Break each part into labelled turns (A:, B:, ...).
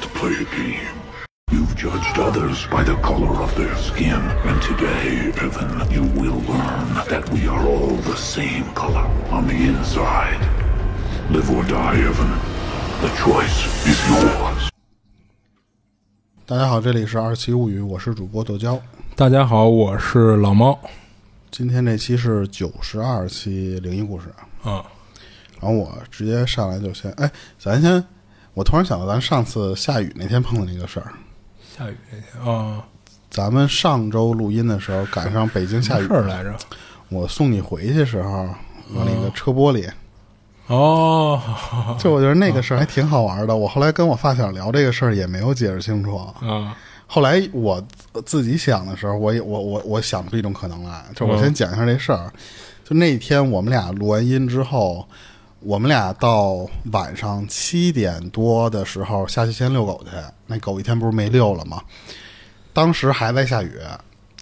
A: to play a game. You've judged others by the color of their skin, and today, Evan, you will learn that we are all the same color on the inside. Live or die, Evan. The choice is yours.
B: 大家好，这里是二七物语，我是主播豆椒。
C: 大家好，我是老猫。
B: 今天这期是九十二期灵异故事，
C: 嗯，
B: 然后我直接上来就先，哎，咱先，我突然想到咱上次下雨那天碰的那个事儿，
C: 下雨那天啊，
B: 咱们上周录音的时候赶上北京下雨
C: 事，儿来着？
B: 我送你回去时候，我那个车玻璃，
C: 哦，
B: 就我觉得那个事儿还挺好玩的。我后来跟我发小聊这个事儿也没有解释清楚，
C: 啊，
B: 后来我自自己想的时候，我也我我我想出一种可能来，就我先讲一下这事儿。就那天我们俩录完音之后，我们俩到晚上七点多的时候下去先遛狗去，那狗一天不是没遛了吗？当时还在下雨，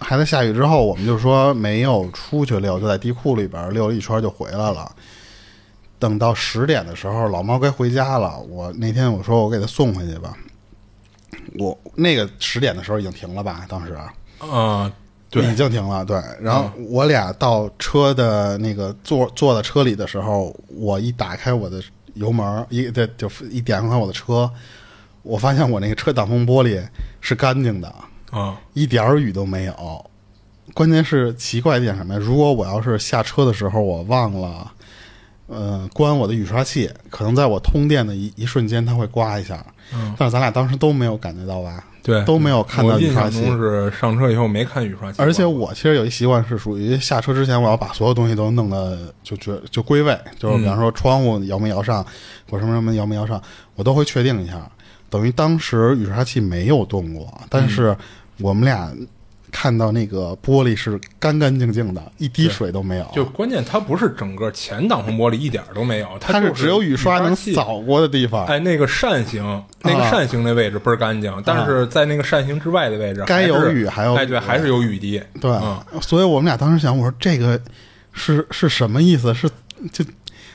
B: 还在下雨之后，我们就说没有出去遛，就在地库里边遛了一圈就回来了。等到十点的时候，老猫该回家了。我那天我说我给它送回去吧，我那个十点的时候已经停了吧？当时
C: 啊，对
B: 已经停了。对，然后我俩到车的那个坐坐在车里的时候，我一打开我的油门，一对就一点开我的车，我发现我那个车挡风玻璃是干净的，
C: 啊，
B: 一点儿雨都没有。关键是奇怪一点什么呀？如果我要是下车的时候我忘了，呃，关我的雨刷器，可能在我通电的一一瞬间它会刮一下。
C: 嗯
B: 但是咱俩当时都没有感觉到吧？
C: 对，
B: 都没有看到
C: 我
B: 雨
C: 印
B: 刷
C: 象
B: 器。
C: 中是上车以后没看雨刷器，
B: 而且我其实有一习惯是属于下车之前，我要把所有东西都弄得就觉就归位，就是
C: 嗯
B: 比方说窗户摇没摇上，我什么什么摇没摇上，我都会确定一下。等于当时雨刷器没有动过，但
C: 嗯
B: 是我们俩看到那个玻璃是干干净净的，一滴水都没有。
C: 就关键它不是整个前挡风玻璃一点儿都没有，
B: 它
C: 就是
B: 只有雨刷能
C: 器。
B: 扫过的地方，
C: 哎，那个扇形，那个
B: 啊
C: 扇形那位置倍儿干净，但是在那个扇形之外的位置，
B: 该有
C: 还是
B: 雨还有
C: 哎，对，
B: 雨
C: 还是有雨滴，
B: 对，
C: 嗯
B: 所以我们俩当时想，我说这个是是什么意思？是就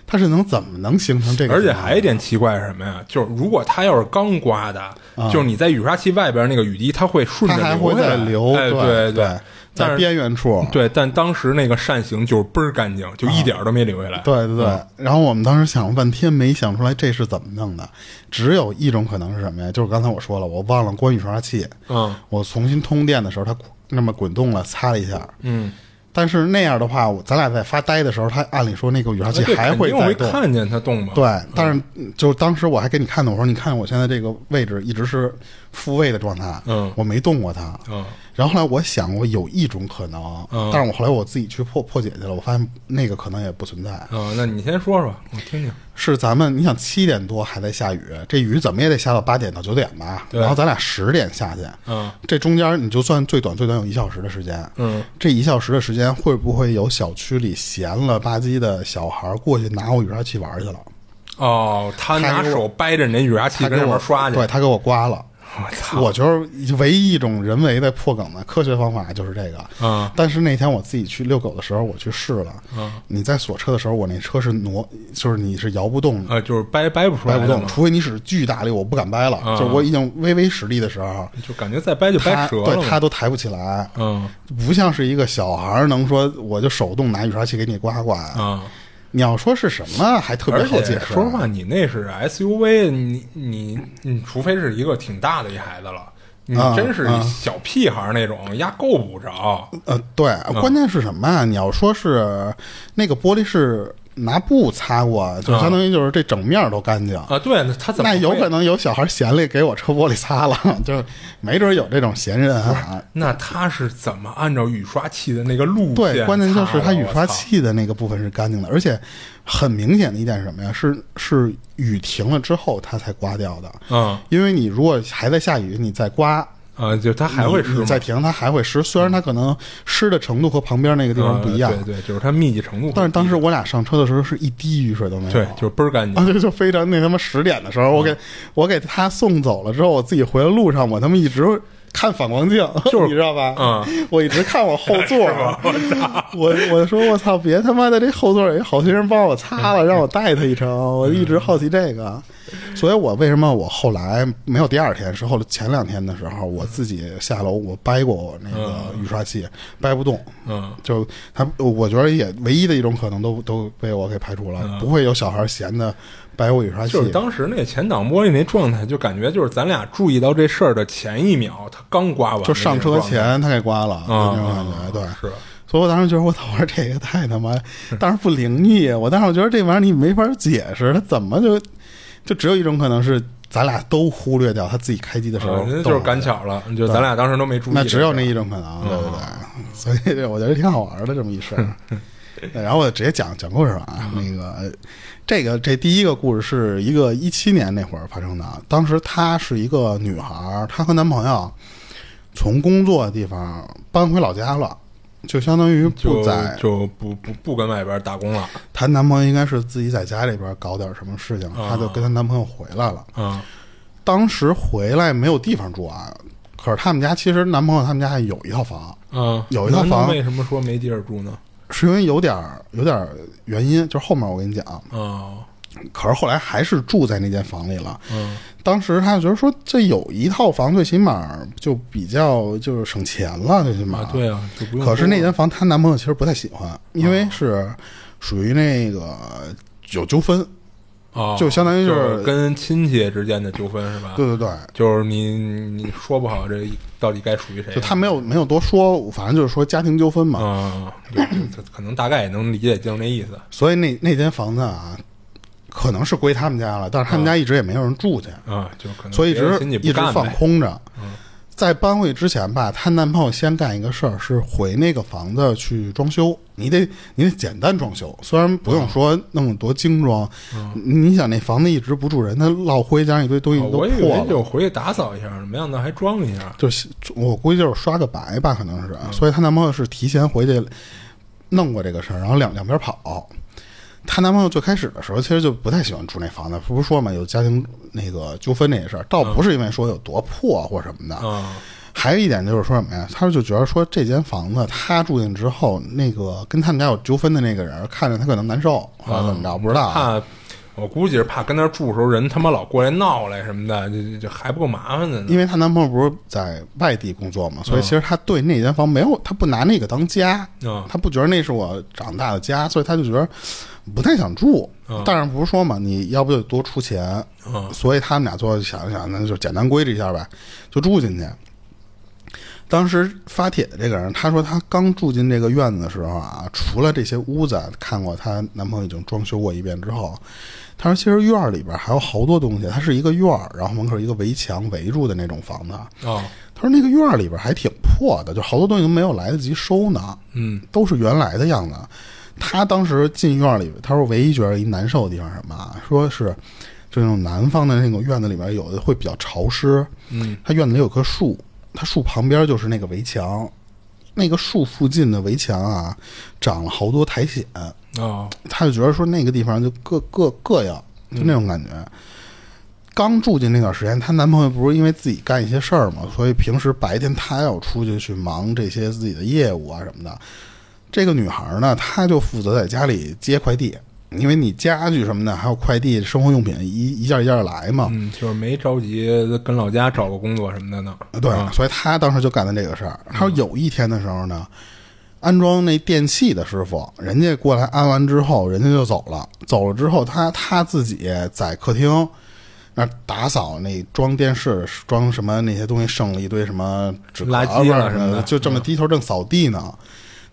B: 它是能怎么能形成这个
C: 而
B: 情
C: 且
B: 况？
C: 还有一点奇怪是什么呀？就是如果它要是刚刮的，就是你在雨刷器外边那个雨滴，它会顺
B: 啊它还
C: 着流
B: 会
C: 下来
B: 再流，
C: 哎，
B: 对
C: 对对，但
B: 在
C: 是
B: 边缘处，
C: 对，但当时那个扇形就是倍儿干净，就一点儿都没留下来。
B: 啊对对对。
C: 嗯
B: 然后我们当时想了半天，没想出来这是怎么弄的。只有一种可能是什么呀？就是刚才我说了，我忘了关雨刷器，
C: 嗯
B: 我重新通电的时候，它那么滚动了，擦了一下。
C: 嗯，
B: 但是那样的话，我咱俩在发呆的时候，它按理说那个雨刷器
C: 而且
B: 还会
C: 哎肯定
B: 再
C: 没
B: 动。
C: 看见它动嘛。啊
B: 对，但是嗯就当时我还给你看的，我说你看我现在这个位置一直是复位的状态，
C: 嗯
B: 我没动过它，
C: 嗯，
B: 然后后来我想过有一种可能，
C: 嗯
B: 但是我后来我自己去破破解去了，我发现那个可能也不存在，
C: 嗯，那你先说说，我听听。
B: 是咱们你想七点多还在下雨，这雨怎么也得下到八点到九点吧，
C: 对
B: 然后咱俩十点下去，
C: 嗯
B: 这中间你就算最短最短有一小时的时间，
C: 嗯，
B: 这一小时的时间会不会有小区里闲了吧唧的小孩过去拿我雨刷器玩去了？
C: 哦，他拿
B: 给我
C: 手掰着你那雨刷器
B: 他给
C: 跟上
B: 我
C: 面刷去。
B: 对他给我刮了。
C: 我操！
B: 我觉得唯一一种人为的破梗的科学方法就是这个。
C: 嗯
B: 但是那天我自己去遛狗的时候，我去试了。
C: 嗯
B: 你在锁车的时候，我那车是挪，就是你是摇不动的，
C: 呃，就是掰掰不出来
B: 掰
C: 的
B: 不动，
C: 嘛
B: 除非你使巨大力，我不敢掰了。
C: 嗯
B: 就是我已经微微使力的时候，
C: 就感觉再掰就
B: 它
C: 掰折了嘛。
B: 对它都抬不起来，
C: 嗯
B: 不像是一个小孩儿能说我就手动拿雨刷器给你刮刮。
C: 嗯。
B: 你要说是什么，还特别
C: 而
B: 好解
C: 且
B: 释。
C: 说实话，你那是 SUV，你你你，除非是一个挺大的一孩子了，你
B: 啊
C: 真是
B: 啊
C: 小屁孩儿那种，压够不着。
B: 呃，对，
C: 嗯
B: 关键是什么啊？你要说是那个玻璃是拿布擦过，就
C: 啊
B: 相当于就是这整面儿都干净。
C: 啊，对，那他怎么
B: 那
C: 会
B: 有可？能有小孩闲了给我车玻璃擦了， 就没准有这种闲人啊。
C: 那他是怎么按照雨刷器的那个路线擦的？
B: 对，关键就是它雨
C: 我
B: 刷
C: 操。
B: 器的那个部分是干净的，而且很明显的一点是什么呀？是是雨停了之后它才刮掉的。
C: 嗯
B: 因为你如果还在下雨，你再刮，
C: 啊，就他还会
B: 你
C: 湿吗
B: 你再停它还会湿。虽然它可能湿的程度和旁边那个地方不一样，
C: 啊对对，就是它密集程度会低。
B: 但是当时我俩上车的时候是一滴雨水都没有，
C: 对就是倍儿干净
B: 啊，对，就非常那他妈十点的时候，我给我给他送走了之后，我自己回来路上，我他妈一直看反光镜，
C: 就是
B: 你知道吧？
C: 嗯，
B: 我一直看我后座，啊 我我说我操，别他妈的这后座有一好心人帮我擦了，让我带他一程，
C: 嗯
B: 我一直好奇这个，所以我为什么我后来没有第二天，是后来前两天的时候，我自己下楼我掰过我那个雨刷器，掰不动，
C: 嗯，
B: 就他，我觉得也唯一的一种可能都都被我给排除了，不会有小孩闲的掰我雨刷器，
C: 嗯就是当时那前挡玻璃那状态，就感觉就是咱俩注意到这事儿的前一秒，他刚刮完，
B: 就上车前他给刮了，
C: 嗯
B: 那种感觉，对，
C: 是。
B: 所以我当时觉得我操，我说这个太他妈，当时不灵异。我当时我觉得这玩意儿你没法解释，它怎么就就只有一种可能是咱俩都忽略掉他自己开机的时候
C: 嗯，那
B: 动
C: 就是
B: 哦了
C: 赶，巧了，就咱俩当时都没注意。
B: 那只有那一种可能，对
C: 嗯
B: 对对。所以这我觉得挺好玩的这么一事 儿。对然后我直接讲讲故事了
C: 嗯
B: 啊，那个这个这第一个故事是一个一七年那会儿发生的，当时她是一个女孩儿，她和男朋友从工作的地方搬回老家了。就相当于不
C: 就
B: 在
C: 就不不不跟外边打工了，
B: 她男朋友应该是自己在家里边搞点什么事情，
C: 啊
B: 她就跟她男朋友回来了。
C: 嗯
B: 当时回来没有地方住啊，可是他们家其实男朋友他们家有一套房，
C: 嗯，
B: 有一套
C: 那那
B: 房
C: 为什么说没地儿住呢？
B: 是因为有点儿有点儿原因，就是后面我跟你讲。
C: 哦，
B: 可是后来还是住在那间房里了。
C: 嗯，
B: 当时她就觉得说，这有一套房，最起码就比较就是省钱了，最起码、
C: 啊，对啊，就不用。啊
B: 可是那间房她男朋友其实不太喜欢，因为是属于那个有纠纷。
C: 哦，
B: 就相当于
C: 就
B: 就是
C: 跟亲戚之间的纠纷是吧？
B: 对，对对，
C: 就是你你说不好这到底该属于谁？啊
B: 就他没有没有多说，反正就是说家庭纠纷嘛。
C: 嗯，就就可能大概也能理解就那意思。
B: 所以那那间房子啊，可能是归他们家了，但是他
C: 嗯
B: 们家一直也没有人住去，
C: 啊，就可能
B: 所以一
C: 别人
B: 直
C: 心里
B: 一
C: 不
B: 直
C: 干呗嗯
B: 放空着。在搬回之前吧，她男朋友先干一个事儿，是回那个房子去装修。你得你得简单装修，虽然不用
C: 嗯
B: 说那么多精装。你想那房子一直不住人，它落灰加上一堆东西
C: 哦
B: 都
C: 我以
B: 破
C: 为
B: 了。
C: 就回去打扫一下呢，没想到还装一下。
B: 就是我估计就是刷个白吧，可能是，啊所以她男朋友是提前回去弄过这个事儿，然后两两边跑。她男朋友最开始的时候其实就不太喜欢住那房子，不是说嘛，有家庭那个纠纷这事儿，倒不是因为说有多破或什么的，
C: 嗯
B: 还有一点就是说什么呀？她就觉得说这间房子她住进之后，那个跟他们家有纠纷的那个人看着她可能难受，或者怎么着，不知道啊。
C: 怕我估计是怕跟那儿住的时候人他妈老过来闹来什么的，就就就还不够麻烦的呢。
B: 因为她男朋友不是在外地工作嘛，所以其实她对那间房没有，她不拿那个当家，
C: 嗯
B: 她不觉得那是我长大的家，所以她就觉得不太想住。但是不是说嘛，你要不就多出钱，
C: 嗯
B: 所以他们俩最后想了想，那就简单规制一下呗，就住进去。当时发帖的这个人，他说他刚住进这个院子的时候啊，除了这些屋子看过，她男朋友已经装修过一遍之后，他说其实院儿里边还有好多东西，它是一个院儿，然后门口一个围墙围住的那种房子。
C: 哦，
B: 他说那个院儿里边还挺破的，就好多东西都没有来得及收呢，
C: 嗯，
B: 都是原来的样子。他当时进院儿里，他说唯一觉得一难受的地方是什么啊？说是就那种南方的那种院子里边有的会比较潮湿，
C: 嗯，
B: 他院子里有棵树，他树旁边就是那个围墙，那个树附近的围墙啊长了好多苔藓，
C: 哦，
B: 他就觉得说那个地方就各各各样，就那种感觉。刚住进那段时间，她男朋友不是因为自己干一些事儿嘛，所以平时白天她要出去去忙这些自己的业务啊什么的。这个女孩呢，她就负责在家里接快递，因为你家具什么的，还有快递、生活用品一一件一件来嘛。
C: 嗯，就是没着急跟老家找个工作什么的呢。
B: 对，
C: 嗯
B: 所以她当时就干的这个事儿。她说有一天的时候呢，安装那电器的师傅，人家过来安完之后，人家就走了。走了之后，她她自己在客厅那儿打扫那装电视、装什么那些东西，剩了一堆什么纸壳
C: 垃圾啊
B: 子什
C: 什么的
B: 就这么低头正扫地呢。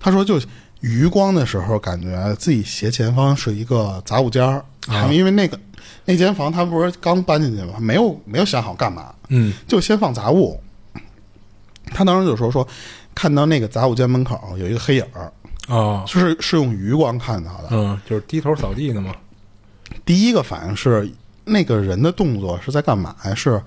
B: 她说就。余光的时候，感觉自己斜前方是一个杂物间儿，
C: 啊
B: 他们因为那个那间房，他不是刚搬进去嘛，没有没有想好干嘛，
C: 嗯，
B: 就先放杂物。他当时就说说，看到那个杂物间门口有一个黑影儿，
C: 哦，
B: 就是是用余光看到的。
C: 嗯，就是低头扫地呢嘛。
B: 第一个反应是那个人的动作是在干嘛呀？是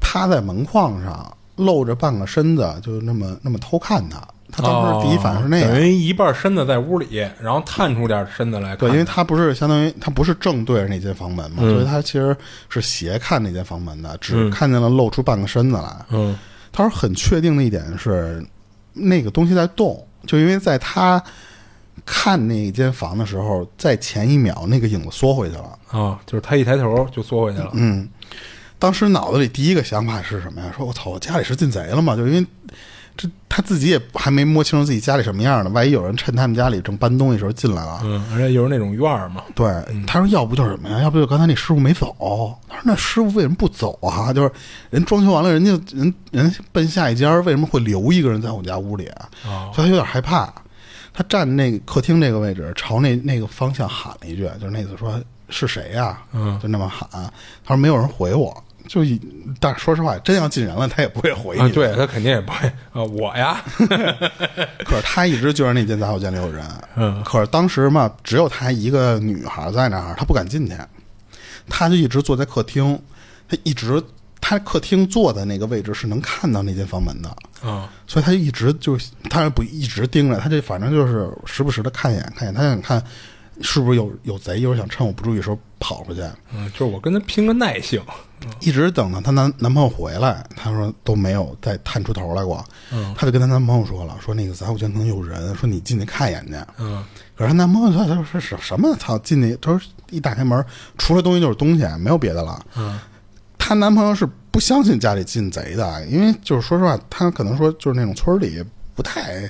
B: 趴在门框上，露着半个身子，就那么那么偷看他。他当时第一反应是那
C: 哦
B: 个，
C: 等于一半身子在屋里，然后探出点身子来看。
B: 对，因为他不是相当于他不是正对着那间房门嘛，
C: 嗯
B: 所以他其实是斜看那间房门的，只看见了露出半个身子来。
C: 嗯，
B: 他他说很确定的一点是，那个东西在动，就因为在他看那间房的时候，在前一秒那个影子缩回去了。
C: 啊，就是他一抬头就缩回去了。嗯，
B: 当时脑子里第一个想法是什么呀？说我操，我家里是进贼了吗？就因为这他自己也还没摸清楚自己家里什么样呢，万一有人趁他们家里正搬东西的时候进来了。
C: 嗯而且又是那种院儿嘛，
B: 对，他说要不就是什么呀？要不就刚才那师傅没走。他说那师傅为什么不走啊？就是人装修完了，人家人人奔下一家，为什么会留一个人在我家屋里啊？
C: 哦
B: 所以他有点害怕。他站那个客厅这个位置，朝那那个方向喊了一句，就是那次说是谁呀、
C: 嗯
B: 就那么喊。他说没有人回我，就一但是说实话，真要进人了，他也不会回你、
C: 啊，对，他肯定也不会啊，我呀，
B: 可是他一直觉得那间杂货间里有人，
C: 嗯
B: 可是当时嘛，只有她一个女孩在那儿，她不敢进去，她就一直坐在客厅，她一直她客厅坐的那个位置是能看到那间房门的，
C: 啊，
B: 所以她就一直就她不一直盯着，她就反正就是时不时的看一眼看一眼，她想看是不是有有贼，一会儿想趁我不注意的时候跑出去，
C: 嗯，就是我跟他拼个耐性，
B: 一直等到她男男朋友回来，她说都没有再探出头来过，
C: 嗯
B: 她就跟她男朋友说了，说那个杂物间可能有人，说你进去看一眼去，
C: 嗯
B: 可是她男朋友他他说什什么？操，进去，他说一打开门，除了东西就是东西，没有别的了。
C: 嗯
B: 她男朋友是不相信家里进贼的，因为就是说实话，他可能说就是那种村儿里不太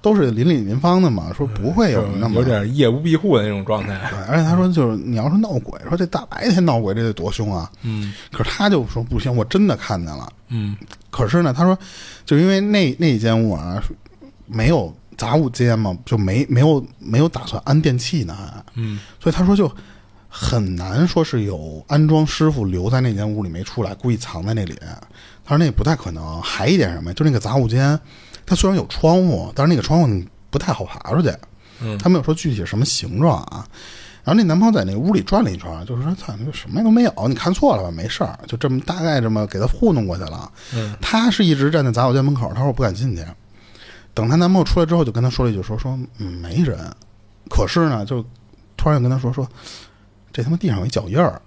B: 都是邻里邻坊的嘛，说不会有那么
C: 嗯有点夜不闭户的那种状 态，
B: 对，而且他说就是你要是闹鬼，说这大白天闹鬼，这得多凶啊！
C: 嗯
B: 可是他就说不行，我真的看见了。
C: 嗯
B: 可是呢，他说，就因为那那间屋啊，没有杂物间嘛，就没没有没有打算安电器呢，还
C: 嗯，
B: 所以他说就很难说是有安装师傅留在那间屋里没出来，故意藏在那里。他说那也不太可能。还一点什么呀？就那个杂物间，它虽然有窗户，但是那个窗户你不太好爬出去。
C: 嗯
B: 他没有说具体什么形状啊。然后那男朋友在那屋里转了一圈，就是说：“操，那什么都没有，你看错了吧？没事儿，就这么大概这么给他糊弄过去了。”
C: 嗯，
B: 他是一直站在杂货店门口，他说：“我不敢进去。”等她男朋友出来之后，就跟她说了一句说：“说嗯没人。”可是呢，就突然就跟她说：“说这他妈地上有一脚印儿。”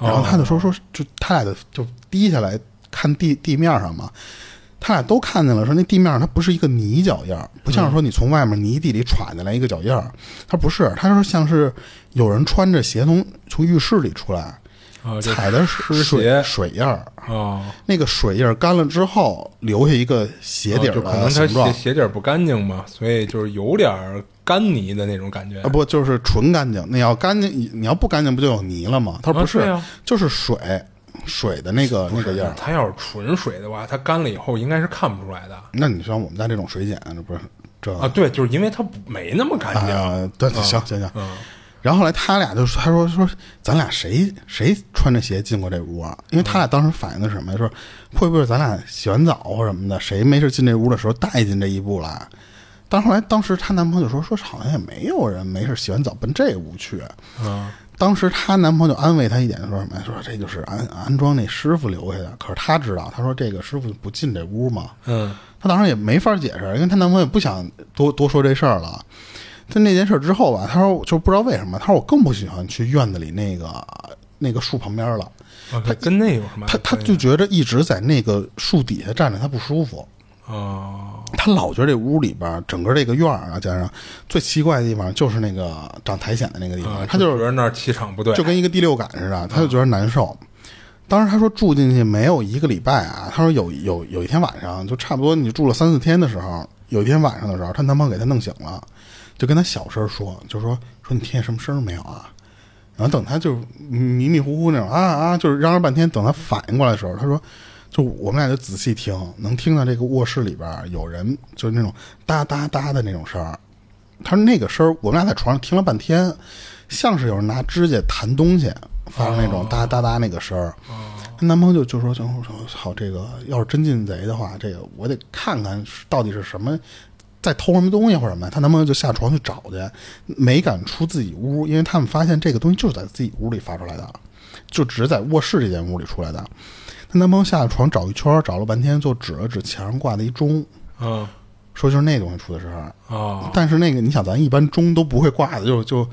C: 哦
B: 然后他就说说，就他俩的就低下来看地地面上嘛，他俩都看见了，说那地面上它不是一个泥脚印儿，不像是说你从外面泥地里铲进来一个脚印儿，它不是，他说像是有人穿着鞋从从浴室里出来，
C: 啊，这
B: 踩的
C: 湿
B: 是水
C: 鞋
B: 水印儿，
C: 啊，
B: 那个水印儿干了之后留下一个鞋底
C: 啊就
B: 儿
C: 可能
B: 的
C: 他
B: 形状
C: 鞋，鞋底儿不干净嘛，所以就是有点儿干泥的那种感觉
B: 啊，不就是纯干净？你要干净，你你要不干净不就有泥了吗？他说
C: 啊
B: 不是，
C: 对啊
B: 就是水水的那个那个印儿。
C: 它要是纯水的话，它干了以后应该是看不出来的
B: 那你像我们家这种水碱，这不是这
C: 啊。对，就是因为它不没那么干净。
B: 啊，对，行行行。
C: 嗯
B: 然后后来他俩就说，他说说咱俩谁谁穿着鞋进过这屋啊？因为他俩
C: 嗯
B: 当时反映的是什么呀？说会不会咱俩洗完澡或什么的，谁没事进这屋的时候带进这一步来？但后来当时她男朋友就说说好像也没有人没事洗完澡奔这屋去。
C: 嗯
B: 当时她男朋友就安慰她一点，说什么呀？说这就是安安装那师傅留下的。可是她知道，她说这个师傅不进这屋嘛。
C: 嗯
B: 她当时也没法解释，因为她男朋友也不想多多说这事儿了。在那件事儿之后吧，她说就不知道为什么，她说我更不喜欢去院子里那个那个树旁边了。
C: 啊，它跟那有什么
B: 她
C: 关
B: 她
C: 系？
B: 就觉着一直在那个树底下站着，她不舒服。
C: 哦
B: 她老觉得这屋里边儿整个这个院儿啊，加上最奇怪的地方就是那个长苔藓的那个地
C: 啊
B: 方，，她就是
C: 觉得那儿气场不对，
B: 就跟一个第六感似的，他就觉得难受。当时他说住进去没有一个礼拜啊，他说有有有一天晚上，就差不多你住了三四天的时候，有一天晚上的时候，她男朋友给她弄醒了，就跟她小声说，就说说你听见什么声儿没有啊？然后等她就迷迷糊糊那种啊啊，就是嚷嚷半天，等她反应过来的时候，她说。就我们俩就仔细听，能听到这个卧室里边儿有人，就是那种哒哒哒的那种声儿。他说那个声儿，我们俩在床上听了半天，像是有人拿指甲弹东西，发生那种哒哒哒那个声儿。她男朋友就就说：“就说好，这个要是真进贼的话，这个我得看看是到底是什么在偷什么东西或者什么。”她男朋友就下床去找去，没敢出自己屋，因为他们发现这个东西就是在自己屋里发出来的，就只是在卧室这间屋里出来的。她男朋友下床找一圈儿，找了半天，就指了指墙上挂的一钟，
C: 嗯
B: 说就是那东西出的声儿。
C: 哦
B: 但是那个，你想，咱一般钟都不会挂的，就就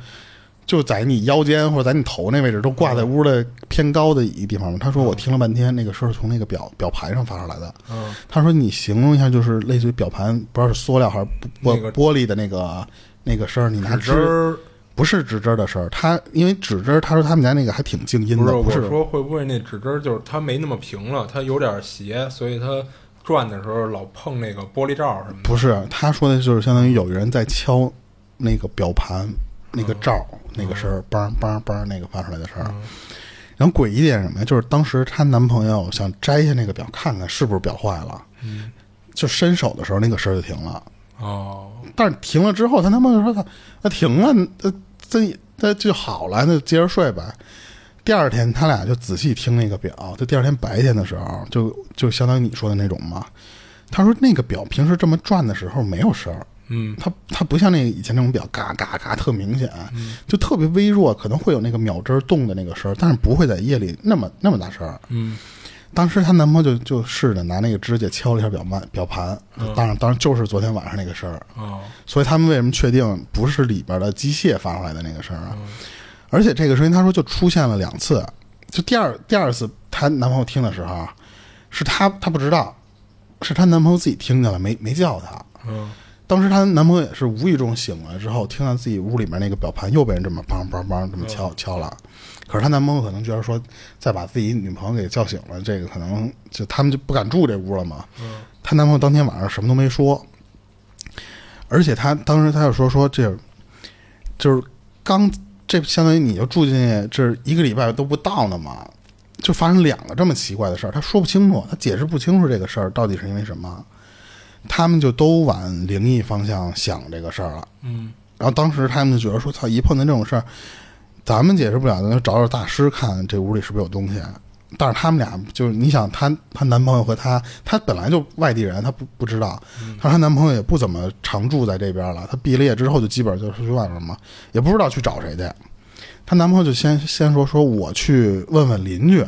B: 就在你腰间或者在你头那位置，都挂在屋的偏高的一地方嘛。他说我听了半天，那个声儿是从那个表表盘上发出来的。
C: 嗯，
B: 他说你形容一下，就是类似于表盘，不知道是塑料还是玻
C: 那个
B: 玻璃的那个那个声儿，你拿
C: 指针儿
B: 不是指针儿的声儿。他因为指针儿，他说他们家那个还挺静音
C: 不
B: 的，
C: 是
B: 嗯不是
C: 我说会不会那指针儿就是它没那么平了，它有点斜，所以它转的时候老碰那个玻璃罩什么的。
B: 不是，他说的就是相当于有人在敲那个表盘那个罩儿、那个声儿，梆梆梆那个发出来的声儿。然后诡异点是什么呀？就是当时她男朋友想摘下那个表看看是不是表坏了，就伸手的时候那个声儿就停了。
C: 哦，
B: 但是停了之后，她男朋友说他那停了，那这那就好了，那接着睡呗。第二天他俩就仔细听那个表，就第二天白天的时候，就就相当于你说的那种嘛。他说那个表平时这么转的时候没有声儿，
C: 嗯，
B: 它它不像那个以前那种表嘎嘎嘎特明显，啊就特别微弱，可能会有那个秒针儿动的那个声儿，但是不会在夜里那么那么大声儿。
C: 嗯，
B: 当时她男朋友就就试着拿那个指甲敲了一下表盘表盘，当然当然就是昨天晚上那个声儿，
C: 哦，
B: 所以他们为什么确定不是里边的机械发出来的那个声儿啊？而且这个声音，她说就出现了两次，就第二第二次她男朋友听的时候，啊是她她不知道，是她男朋友自己听见了，没没叫她。
C: 嗯，
B: 当时她男朋友也是无意中醒来之后，听到自己屋里面那个表盘又被人这么梆梆梆这么敲敲了。可是她男朋友可能觉得说，再把自己女朋友给叫醒了，这个可能就他们就不敢住这屋了嘛。她男朋友当天晚上什么都没说，而且她当时她就说说这，就是刚这相当于你就住进去这一个礼拜都不到呢嘛，就发生两个这么奇怪的事儿，她说不清楚，她解释不清楚这个事儿到底是因为什么。他们就都往灵异方向想这个事儿了。
C: 嗯，
B: 然后当时他们就觉得说，操，一碰见这种事儿，咱们解释不了，咱就找找大师看这屋里是不是有东西。但是他们俩就是，你想她她男朋友和她，她本来就外地人，她不不知道。她说她男朋友也不怎么常住在这边了，她毕了业之后就基本就是去外边嘛，也不知道去找谁去。她男朋友就先先说说我去问问邻居，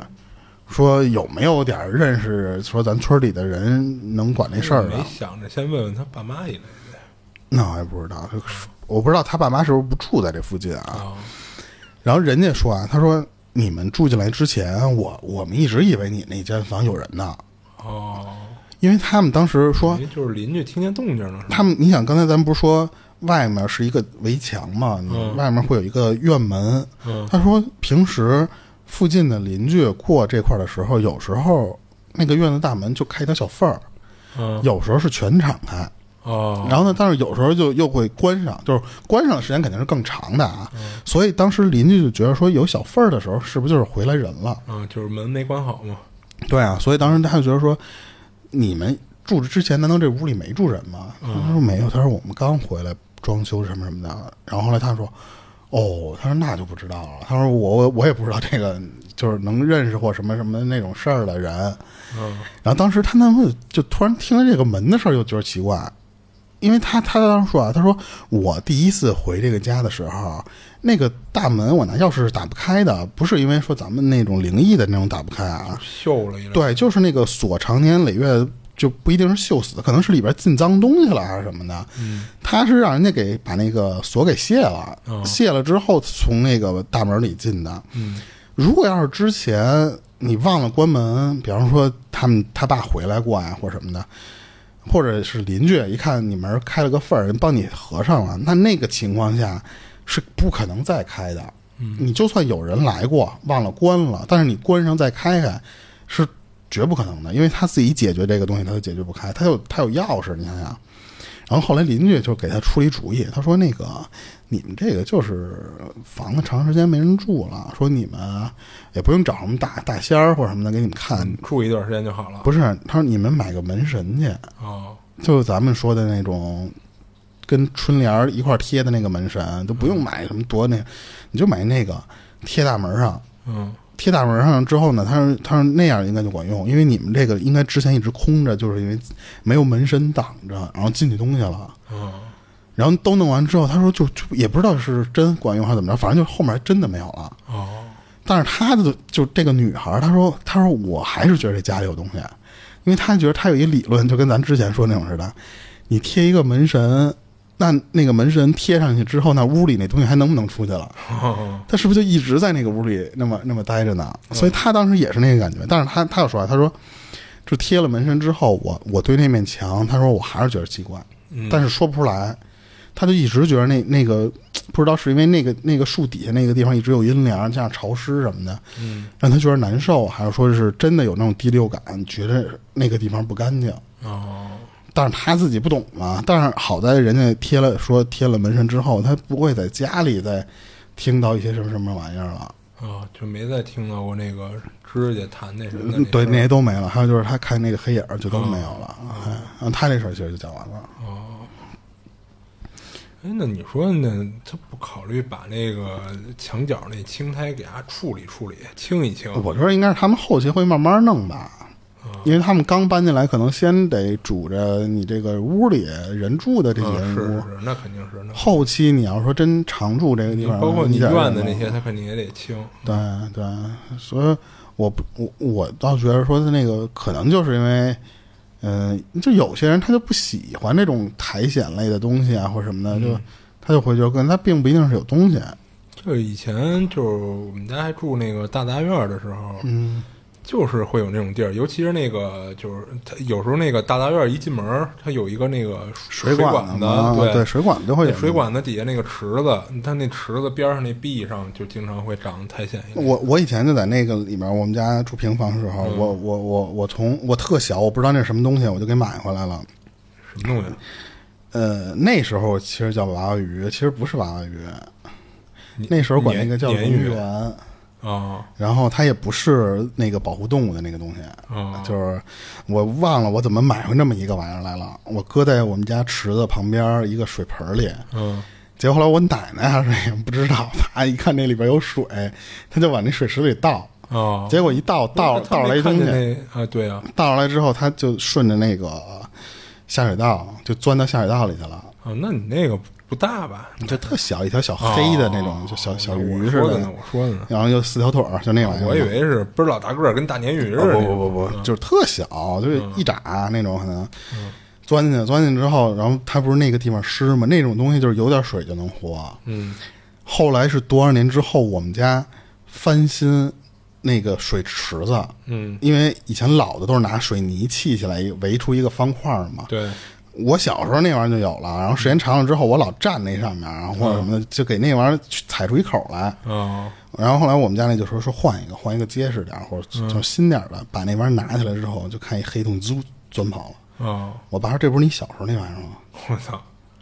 B: 说有没有点儿认识，说咱村里的人能管这事儿的。
C: 没想着先问问他爸妈一类的。
B: 那我也不知道，这个是我不知道他爸妈是不是不住在这附近啊。
C: 哦，
B: 然后人家说啊，他说你们住进来之前，我我们一直以为你那间房有人呢，
C: 哦，嗯
B: 因为他们当时说
C: 因，为就是邻居听见动静了，是吧？
B: 他们你想刚才咱们不是说外面是一个围墙嘛，你
C: 嗯
B: 外面会有一个院门。
C: 嗯
B: 他说平时附近的邻居过这块儿的时候，有时候那个院子大门就开一条小缝儿，
C: 嗯，
B: 有时候是全敞开。
C: 哦，
B: 然后呢，但是有时候就又会关上，就是关上的时间肯定是更长的啊。所以当时邻居就觉得说有小缝儿的时候，是不是就是回来人了？
C: 嗯，就是门没关好嘛。
B: 对啊，所以当时他就觉得说，你们住之前难道这屋里没住人吗？他说没有，他说我们刚回来装修什么什么的。然后后来他说，哦，他说那就不知道了。他说我我我也不知道这个就是能认识或什么什么那种事儿的人。
C: 嗯，
B: 然后当时她男朋友就突然听了这个门的事儿，就觉得奇怪，因为他他当时说啊，他说我第一次回这个家的时候，那个大门我拿钥匙是打不开的，不是因为说咱们那种灵异的那种打不开啊，
C: 秀了一类。，
B: 对，就是那个锁常年累月就不一定是锈死的，可能是里边进脏东西了还是什么的。
C: 嗯，
B: 他是让人家给把那个锁给卸了，
C: 哦
B: 卸了之后从那个大门里进的。
C: 嗯，
B: 如果要是之前你忘了关门，比方说他们他爸回来过呀，或什么的，或者是邻居一看你门开了个缝儿，人帮你合上了，那那个情况下是不可能再开的。你就算有人来过，忘了关了，但是你关上再开开是绝不可能的，因为他自己解决这个东西他都解决不开，他有他有钥匙，你想想。然后后来邻居就给他出了一主意，他说：“那个你们这个就是呃房子长时间没人住了，说你们也不用找什么大大仙儿或者什么的给你们看，
C: 住一段时间就好了。
B: 不是？他说你们买个门神去，
C: 哦，
B: 就咱们说的那种跟春联儿一块儿贴的那个门神，都不用买什么多那，你就买那个贴大门上，
C: 嗯，
B: 贴大门上之后呢，他说他说那样应该就管用，因为你们这个应该之前一直空着，就是因为没有门神挡着，然后进去东西了。
C: 哦，
B: 然后都弄完之后，他说就就也不知道是真管用还是怎么着，反正就后面还真的没有了。
C: 哦，
B: 但是他就就这个女孩儿，她说她说我还是觉得这家里有东西，啊因为她觉得她有一理论，就跟咱之前说那种似的，你贴一个门神，那那个门神贴上去之后，那屋里那东西还能不能出去了？
C: 嗯
B: 他是不是就一直在那个屋里那么那么待着呢？所以他当时也是那个感觉，但是他他又说啊，他说就贴了门神之后，我我对那面墙，他说我还是觉得奇怪，但是说不出来，他就一直觉得那那个不知道是因为那个那个树底下那个地方一直有阴凉，加上潮湿什么的，让他觉得难受，还是说是真的有那种第六感，觉得那个地方不干净。
C: 哦，
B: 但是他自己不懂嘛。但是好在人家贴了说贴了门神之后，他不会在家里再听到一些什么什么玩意儿了。
C: 哦，就没再听到过那个指甲弹那什么的
B: 嗯
C: 那
B: 对，
C: 事儿
B: 那些都没了。还有就是他看那个黑影儿就都没有了。哎，然后他这事儿其实就讲完了。
C: 哎，那你说呢？他不考虑把那个墙角那青苔给它处理处理，清一清？
B: 我觉得应该是他们后期会慢慢弄吧，因为他们刚搬进来，可能先得煮着你这个屋里人住的这几
C: 嗯，
B: 间
C: 是
B: 屋。
C: 是是，那肯定是那。
B: 后期你要说真常住这个地方，
C: 包括你
B: 点儿
C: 院子
B: 弄
C: 那些，他肯定也得清。
B: 对对，所以我不我我倒觉得说他那个可能就是因为，嗯、就有些人他就不喜欢这种苔藓类的东西啊，或者什么的，
C: 嗯
B: 就他就会觉得跟他并不一定是有东西。
C: 就以前就是我们家还住那个大杂院儿的时候，嗯，就是会有那种地儿，尤其是那个就是它有时候那个大杂院儿一进门儿，它有一个那个水
B: 管
C: 管
B: 子
C: 子，
B: 嘛，
C: 对
B: 对，水管子就会有
C: 那水。管子底下那个池子，它那池子边上那壁上就经常会长苔藓。
B: 我我以前就在那个里面，我们家住平房的时候，
C: 嗯
B: 我我我我从我特小，我不知道那是什么东西，我就给买回来了。
C: 什么东西？啊
B: 呃，那时候其实叫娃娃鱼，其实不是娃娃鱼，那时候管那个叫
C: 鲶
B: 龙
C: 鲶鱼
B: 源。
C: 啊
B: 然后它也不是那个保护动物的那个东西，
C: 哦
B: 就是我忘了我怎么买回那么一个玩意儿来了。我搁在我们家池子旁边一个水盆里，
C: 嗯
B: 结果后来我奶奶还是也不知道，她一看那里边有水，她就往那水池里倒，
C: 啊，
B: 结果一倒倒
C: 他
B: 倒出
C: 没
B: 来一
C: 看
B: 东
C: 见
B: 西，
C: 那啊，对啊，
B: 倒出来之后，她就顺着那个下水道就钻到下水道里去了。
C: 啊，那你那个不大吧？
B: 就特小一条小黑的那种，
C: 哦
B: 就小小
C: 我
B: 鱼似
C: 说
B: 的
C: 呢，，我说的呢，
B: 然后又四条腿儿，就那玩意儿。
C: 我以为是不是老大个儿，跟大鲶鱼似的
B: 哦
C: 那
B: 不
C: 种。嗯
B: 不不不，就是特小，就是一拃那种，可能钻进去，钻进去之后，然后它不是那个地方湿吗？那种东西就是有点水就能活。
C: 嗯，
B: 后来是多少年之后，我们家翻新那个水池子，
C: 嗯，
B: 因为以前老的都是拿水泥砌起来围出一个方块儿嘛，
C: 对，
B: 我小时候那玩意儿就有了，然后时间长了之后，我老站那上面，然后
C: 嗯
B: 或者什么的，就给那玩意儿去踩出一口来。
C: 啊
B: 然后后来我们家那就说说换一个，换一个结实点儿或者就是新点儿的，把那玩意儿拿起来之后，就看一黑洞钻钻跑了。
C: 啊，
B: 我爸说这不是你小时候那玩意儿吗？
C: 我操，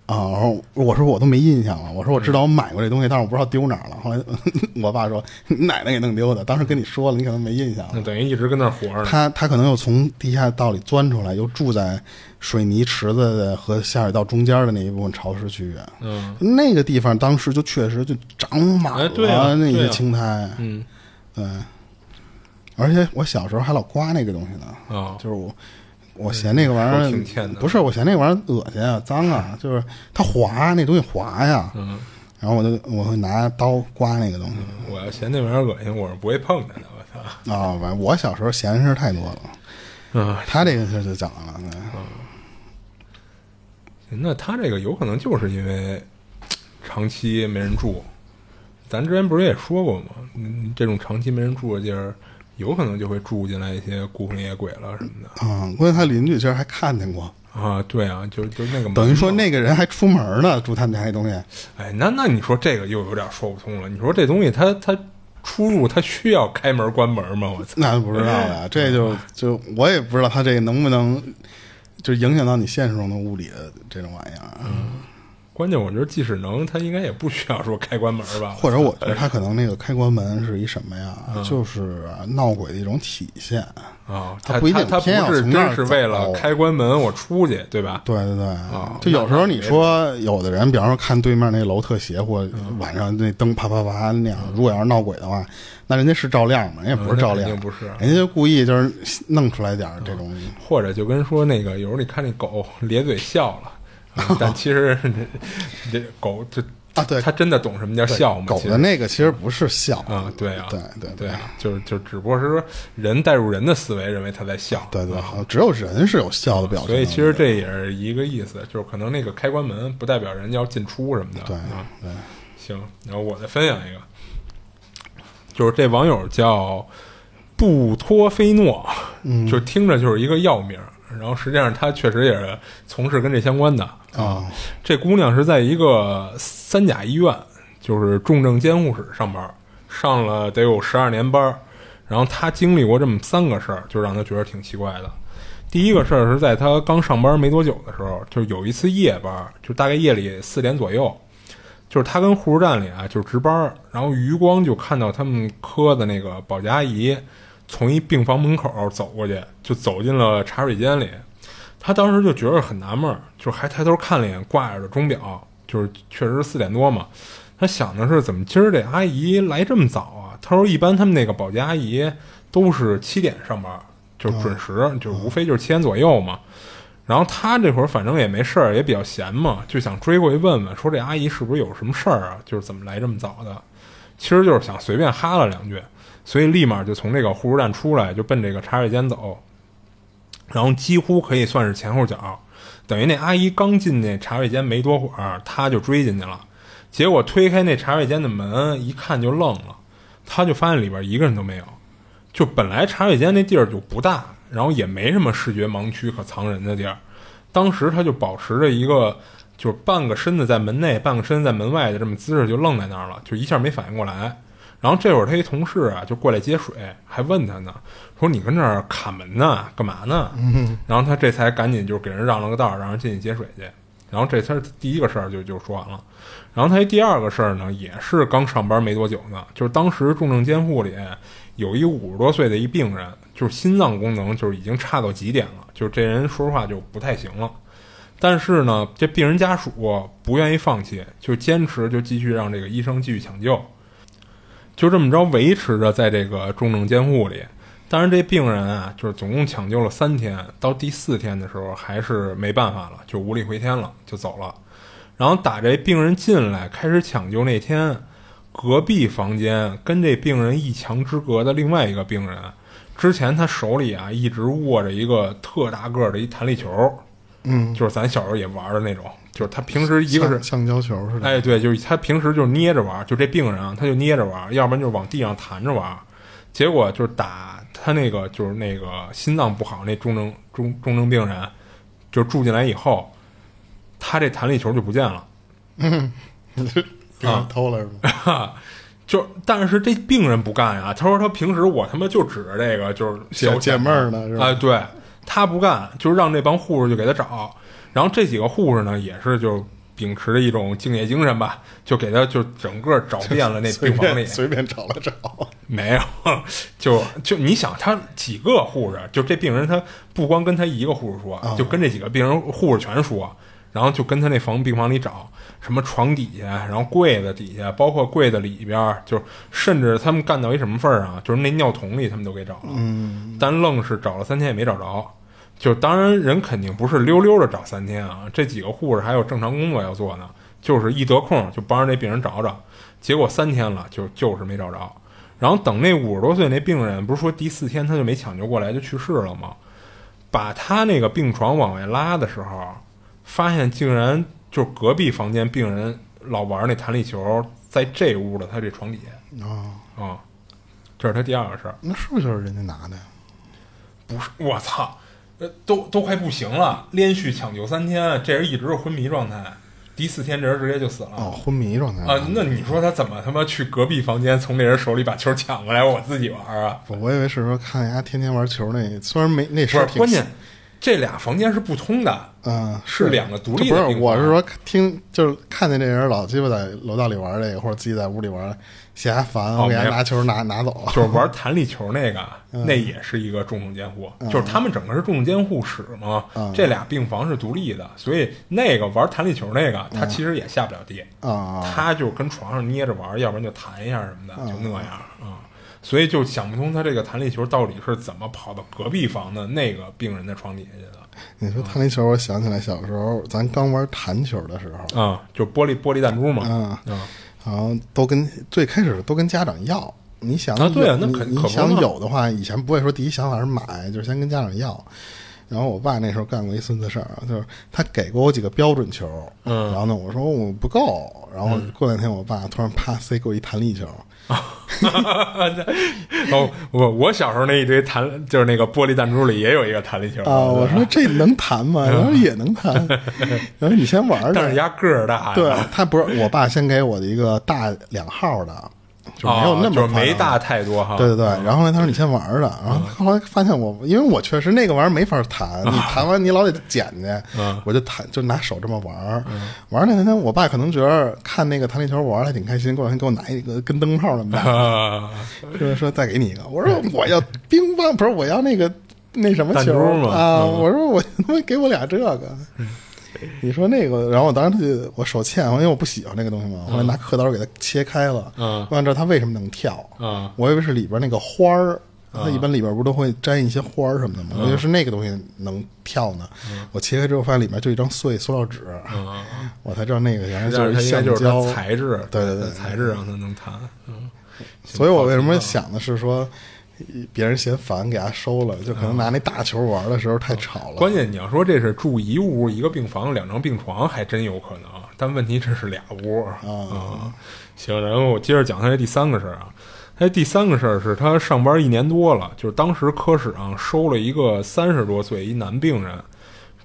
B: 啊，然后我说我都没印象了，我说我知道我买过这东西，但是我不知道丢哪儿了。后来 我爸说你奶奶给弄丢的，当时跟你说了，你可能没印象了
C: 那。等于一直跟那儿活着呢。
B: 他他可能又从地下道里钻出来，又住在水泥池子的和下水道中间的那一部分潮湿区域。
C: 嗯，
B: 那个地方当时就确实就长满了、
C: 哎对啊
B: 那
C: 对
B: 些
C: 啊
B: 青苔。
C: 嗯，
B: 而且我小时候还老刮那个东西呢，
C: 啊，
B: 就是我我嫌那个玩
C: 手挺
B: 意儿
C: 欠的
B: 不是我嫌那个玩意儿恶心啊、脏啊，就是它滑，那东西滑呀。
C: 嗯，
B: 然后我就我会拿刀刮那个东西
C: 我要嫌那玩意儿恶心，我是不会碰它的。我操，
B: 啊，反正我小时候闲事儿太多了。
C: 嗯，
B: 他这个事儿就讲完了，对
C: 那他这个有可能就是因为长期没人住，咱之前不是也说过吗？嗯，这种长期没人住的地儿，有可能就会住进来一些孤魂野鬼了什么的。
B: 啊，关键他邻居其实还看见过，
C: 啊，对啊，就就那个门
B: 等于说
C: 嘛，
B: 那个人还出门呢，住他们家那东西。
C: 哎，那那你说这个又有点说不通了。你说这东西它它出入它需要开门关门吗？我操！
B: 那不知道呀，这就就我也不知道他这个能不能就影响到你现实中的物理的这种玩意儿，
C: 嗯关键我觉得即使能，它应该也不需要说开关门吧？
B: 或者我觉得
C: 哎
B: 他可能那个开关门是一什么呀，
C: 嗯
B: 就是闹鬼的一种体现。
C: 啊，
B: 它
C: 它
B: 不一定
C: 它
B: 偏要
C: 不是
B: 从那儿
C: 真是为了
B: 走
C: 开关门我出去，对吧？
B: 对对对，
C: 哦
B: 就有时候你说有的人，比方说看对面那楼特邪乎，
C: 嗯
B: 晚上那灯啪啪啪那样，如果要是闹鬼的话，那人家是照亮吗？人家不是照亮，
C: 嗯那肯定不是
B: 人家就故意就是弄出来点儿这种。
C: 或者就跟说那个，有时候你看那狗咧嘴笑了，嗯但其实这狗就
B: 啊，对
C: 他，真的懂什么叫笑吗？
B: 狗
C: 其
B: 的
C: 实
B: 那个其实不是笑
C: 嗯啊，对啊，
B: 对
C: 对
B: 对
C: 啊，就是就只不过是说人带入人的思维，认为他在笑，啊
B: 对对，好只有人是有笑的表情的，
C: 所以其实这也是一个意思，就是可能那个开关门不代表人要进出什么的。
B: 对
C: 啊，
B: 对，
C: 行，然后我再分享一个，就是这网友叫布托菲诺，嗯，就听着就是一个药名儿，然后实际上他确实也是从事跟这相关的啊。
B: 哦
C: 这姑娘是在一个三甲医院，就是重症监护室上班儿，上了得有十二年班儿。然后她经历过这么三个事儿，就让她觉得挺奇怪的。第一个事儿是在她刚上班没多久的时候，就是有一次夜班儿，就大概夜里四点左右，就是她跟护士站里啊，就是值班儿，然后余光就看到他们科的那个保洁阿姨从一病房门口走过去，就走进了茶水间里。她当时就觉得很纳闷儿，就还抬头看了一眼挂着的钟表，就是确实四点多嘛。她想的是，怎么今儿这阿姨来这么早啊？她说一般他们那个保洁阿姨都是七点上班，就是准时，就是无非就是七点左右嘛。然后他这会儿反正也没事儿，也比较闲嘛，就想追过去问问，说这阿姨是不是有什么事儿啊？就是怎么来这么早的？其实就是想随便哈了两句，所以立马就从这个护士站出来，就奔这个茶水间走，然后几乎可以算是前后脚，等于那阿姨刚进那茶水间没多会儿，他就追进去了，结果推开那茶水间的门，一看就愣了，他就发现里边一个人都没有，就本来茶水间那地儿就不大，然后也没什么视觉盲区可藏人的地儿。当时他就保持着一个就是半个身子在门内，半个身子在门外的这么姿势，就愣在那儿了，就一下没反应过来。然后这会儿他一同事啊就过来接水，还问他呢，说你跟这儿卡门呢，干嘛呢？然后他这才赶紧就给人让了个道儿，让人进去接水去。然后这才是第一个事儿就就说完了。然后他第二个事儿呢，也是刚上班没多久呢，就是当时重症监护里有一五十多岁的一病人，就是心脏功能就是已经差到极点了，就是这人说实话就不太行了。但是呢，这病人家属不愿意放弃，就坚持就继续让这个医生继续抢救。就这么着维持着在这个重症监护里。但是这病人啊，就是总共抢救了三天，到第四天的时候还是没办法了，就无力回天了，就走了。然后打这病人进来开始抢救那天，隔壁房间跟这病人一墙之隔的另外一个病人，之前他手里啊一直握着一个特大个儿的一弹力球，嗯，就是咱小时候也玩的那种，就是他平时一个是
B: 像橡胶球 似的，
C: 哎，对，就是他平时就是捏着玩儿，就这病人啊，他就捏着玩儿，要不然就是往地上弹着玩儿。结果就是打他那个就是那个心脏不好那重症重重症病人，就住进来以后，他这弹力球就不见了。
B: 被
C: 啊
B: 人偷了是 吗？
C: 就但是这病人不干呀，他说他平时我他妈就指着这个就是
B: 解
C: 消遣
B: 解闷儿呢是吧
C: 哎，对他不干，就是让这帮护士就给他找，然后这几个护士呢也是就秉持着一种敬业精神吧，就给他就整个找遍了那
B: 随
C: 病房里
B: 便，随便找了 找，
C: 没有，就就你想，他几个护士，啊就这病人，他不光跟他一个护士说，就跟这几个病人护士全说，然后就跟他那房病房里找什么床底下，然后柜子底下，包括柜子里边儿，就是甚至他们干到一什么份儿啊，就是那尿桶里他们都给找了，嗯，但愣是找了三天也没找着。就当然人肯定不是溜溜的找三天啊，这几个护士还有正常工作要做呢，就是一得空就帮着那病人找找，结果三天了就就是没找着。然后等那五十多岁那病人，不是说第四天他就没抢救过来就去世了吗？把他那个病床往外拉的时候，发现竟然就是隔壁房间病人老玩那弹力球，在这屋的他这床底下
B: 哦，
C: 啊、这是他第二个事儿。
B: 那是不是就是人家拿的呀？
C: 不是，我操，呃，都都快不行了，连续抢救三天，这人一直是昏迷状态，第四天这人直接就死了。
B: 哦，昏迷状态
C: 啊、那你说他怎么他妈去隔壁房间从那人手里把球抢过来，我自己玩啊？
B: 我我以为是说看人家天天玩球那，虽然没那
C: 不
B: 事儿
C: 是，
B: 挺
C: 关键这俩房间是不通的。
B: 嗯，
C: 是两个啊独立的
B: 这不是，
C: 病房
B: 我是说听，就是看见这人老鸡巴在楼道里玩这个，或者自己在屋里玩，嫌他烦，我给
C: 哦没
B: 他
C: 有
B: 拿球拿拿走。
C: 就是玩弹力球那个，那也是一个重症监护，就是他们整个是重症监护室嘛，这俩病房是独立的，所以那个玩弹力球那个，他其实也下不了地，
B: 啊啊
C: 他就跟床上捏着玩，要不然就弹一下什么的，就那样啊。所以就想不通他这个弹力球到底是怎么跑到隔壁房的那个病人的床底下去的
B: 你说弹力球，我想起来小时候咱刚玩弹球的时候，
C: 啊、就玻璃玻璃弹珠嘛，
B: 啊
C: 啊
B: 然后都跟最开始都跟家长要。你想
C: 啊对啊
B: 有
C: 那肯
B: 你
C: 可
B: 你
C: 不
B: 想
C: 嘛
B: 有的话，以前不会说第一想法是买，就是先跟家长要。然后我爸那时候干过一孙子事儿啊，就是他给过我几个标准球，嗯，然后呢，我说我不够，然后过两天我爸突然啪塞给我一弹力球，
C: 哦，我我小时候那一堆弹，就是那个玻璃弹珠里也有一个弹力球
B: 啊，我说这能弹 吗？然后也能弹，然后你先玩儿
C: 但是
B: 着。
C: 压个儿大呀，
B: 对啊他不是我爸先给我的一个大两号的，就没有那
C: 哦
B: 么
C: 就
B: 夸
C: 是
B: 张
C: 没大太多哈，
B: 对对对，然后呢，他说你先玩儿着，然后后来发现我，因为我确实那个玩意儿没法弹，你弹完你老得捡去，我就弹就拿手这么玩儿，玩儿那天我爸可能觉得看那个弹力球玩儿还挺开心，过两天给我拿一个跟灯泡那么大，
C: 啊，
B: 说说再给你一个，我说我要冰棒，不是我要那个那什么
C: 哎弹
B: 球
C: 珠嘛
B: 啊！
C: 嗯
B: 我说我他妈给我俩这个，你说那个，然后我当时就我手欠，因为我不喜欢那个东西嘛，后来拿刻刀给它切开了，
C: 嗯
B: 我想知道它为什么能跳，
C: 嗯
B: 我以为是里边那个花儿。它一般里边不都会粘一些花儿什么的吗？
C: 嗯
B: 我以为是那个东西能跳呢。我切开之后发现里面就一张碎塑料纸，
C: 嗯
B: 我才知道那个原来
C: 但
B: 就是是
C: 它
B: 一
C: 应该
B: 橡
C: 就是
B: 胶
C: 它材质，
B: 对对对
C: 它材质让它能弹，嗯，
B: 所以我为什么想的是说，别人嫌烦给他收了，就可能拿那大球玩的时候太吵了。
C: 啊关键你要说这是住一屋一个病房两张病床，还真有可能。但问题这是俩屋啊、行，然后我接着讲他这第三个事儿啊。他这第三个事儿是他上班一年多了，就是当时科室啊收了一个三十多岁一男病人，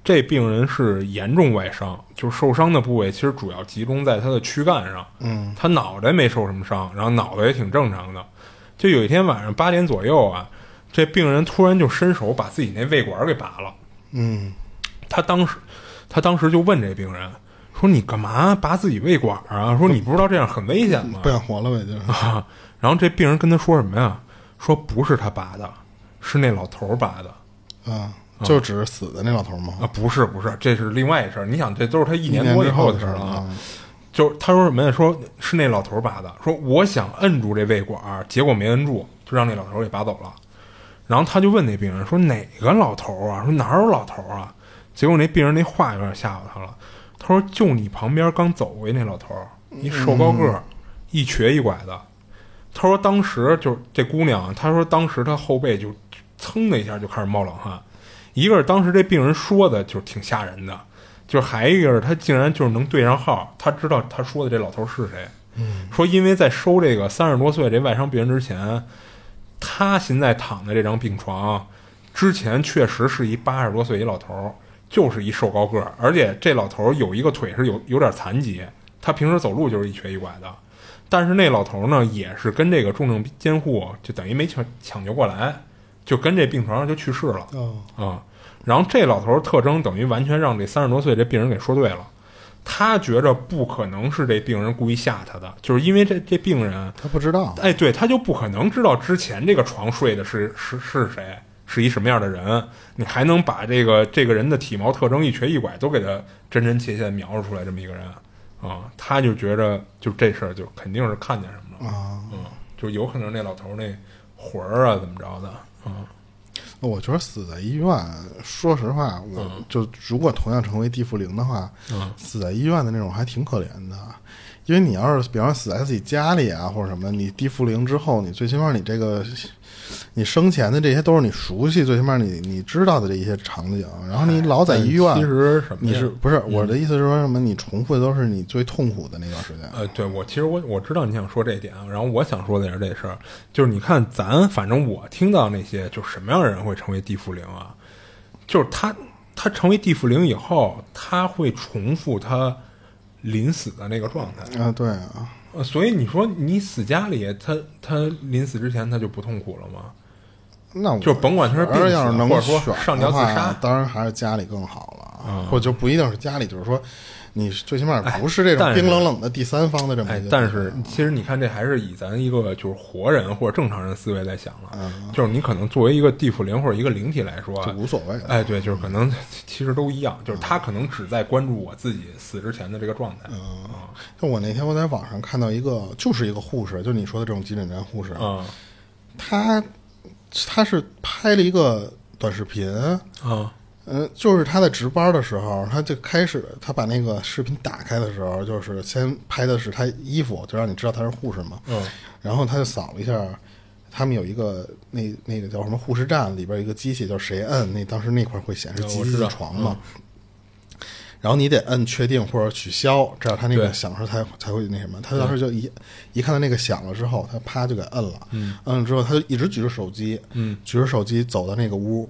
C: 这病人是严重外伤，就是受伤的部位其实主要集中在他的躯干上。嗯，他脑袋没受什么伤，然后脑袋也挺正常的。就有一天晚上八点左右啊，这病人突然就伸手把自己那胃管给拔了。
B: 嗯，
C: 他当时，他当时就问这病人说：“你干嘛拔自己胃管啊？说你不知道这样很危险吗
B: 不想活了呗，就是？”
C: 啊，然后这病人跟他说什么呀？说不是他拔的，是那老头儿拔的
B: 啊，就只是死的那老头
C: 啊，
B: 嘛。
C: 不是不是，这是另外一事儿。你想，这都是他一
B: 一
C: 年多以
B: 之
C: 后
B: 的
C: 的事儿
B: 儿
C: 了啊。
B: 啊，
C: 就是他说什么呀？说是那老头儿拔的，说我想摁住这胃管儿，结果没摁住，就让那老头儿给拔走了。然后他就问那病人说哪个老头儿啊？说哪有老头儿啊？结果那病人那话有点吓唬他了，他说就你旁边刚走过去那老头儿，一瘦高个儿，一瘸一拐的。他说当时就是这姑娘，她说当时她后背就噌的一下就开始冒冷汗。一个是当时这病人说的就是挺吓人的，就是还一个是他竟然就是能对上号，他知道他说的这老头是谁。说因为在收这个三十多岁这外伤病人之前，他现在躺在这张病床啊之前确实是一八十多岁一老头儿，就是一瘦高个儿，而且这老头儿有一个腿是有有点残疾，他平时走路就是一瘸一拐的。但是那老头儿呢，也是跟这个重症监护就等于没抢抢救过来，就跟这病床上就去世了。
B: 哦，
C: 啊、然后这老头儿特征等于完全让这三十多岁这病人给说对了，他觉着不可能是这病人故意吓他的，就是因为这这病人，
B: 他不知道。
C: 哎，对，他就不可能知道之前这个床睡的是是是谁，是一什么样的人，你还能把这个这个人的体貌特征一瘸一拐都给他真真切切地描述出来这么一个人啊、他就觉着就这事儿就肯定是看见什么了，
B: 啊，
C: 嗯，就有可能那老头儿那魂儿啊怎么着的，嗯
B: 我觉得死在医院，说实话，我就如果同样成为地缚灵的话，
C: 嗯
B: 死在医院的那种还挺可怜的，因为你要是比方说死在自己家里啊或者什么的，你地缚灵之后，你最起码你这个你生前的这些都是你熟悉，最起码你你知道的这一些场景，然后你老在医院，
C: 哎其实什么呀
B: 你是不是我的意思是说什么？你重复的都是你最痛苦的那段时间。
C: 呃，对我其实我我知道你想说这一点啊，然后我想说的也是这事儿，就是你看咱反正我听到那些就是什么样的人会成为地缚灵啊，就是他他成为地缚灵以后，他会重复他临死的那个状态，
B: 啊，对啊，
C: 呃，所以你说你死家里，他他临死之前他就不痛苦了吗？
B: 那我
C: 就甭管他是病死
B: 而要是能
C: 或者说
B: 选
C: 上吊
B: 的
C: 自
B: 话
C: 杀嗯
B: 当然还是家里更好了，啊或者就不一定是家里，就是说你最起码不是这种
C: 哎但是
B: 冰冷冷的第三方的这么
C: 哎
B: 一个地，方。
C: 但是其实你看，这还是以咱一个就是活人或者正常人思维来想了，就是你可能作为一个地府灵或者一个灵体来说啊，
B: 嗯就无所谓了嗯
C: 哎，对，就是可能其实都一样，就是他可能只在关注我自己死之前的这个状态。
B: 嗯
C: 啊
B: 就我那天我在网上看到一个，就是一个护士，就你说的这种急诊站护士，啊
C: 嗯
B: 他他是拍了一个短视频，
C: 啊，
B: 呃，就是他在值班的时候，他就开始他把那个视频打开的时候，就是先拍的是他衣服，就让你知道他是护士嘛。
C: 嗯。
B: 然后他就扫了一下，他们有一个那那个叫什么护士站里边有一个机器，就是谁摁那当时那块会显示
C: 嗯
B: 机
C: 我
B: 器
C: 知道嗯
B: 床嘛。然后你得摁确定或者取消，这样他那个
C: 对
B: 响声才才会那什么。他当时就一、一看到那个响了之后，他啪就给摁了，摁了之后他就一直举着手机，
C: 嗯
B: 举着手机走到那个屋，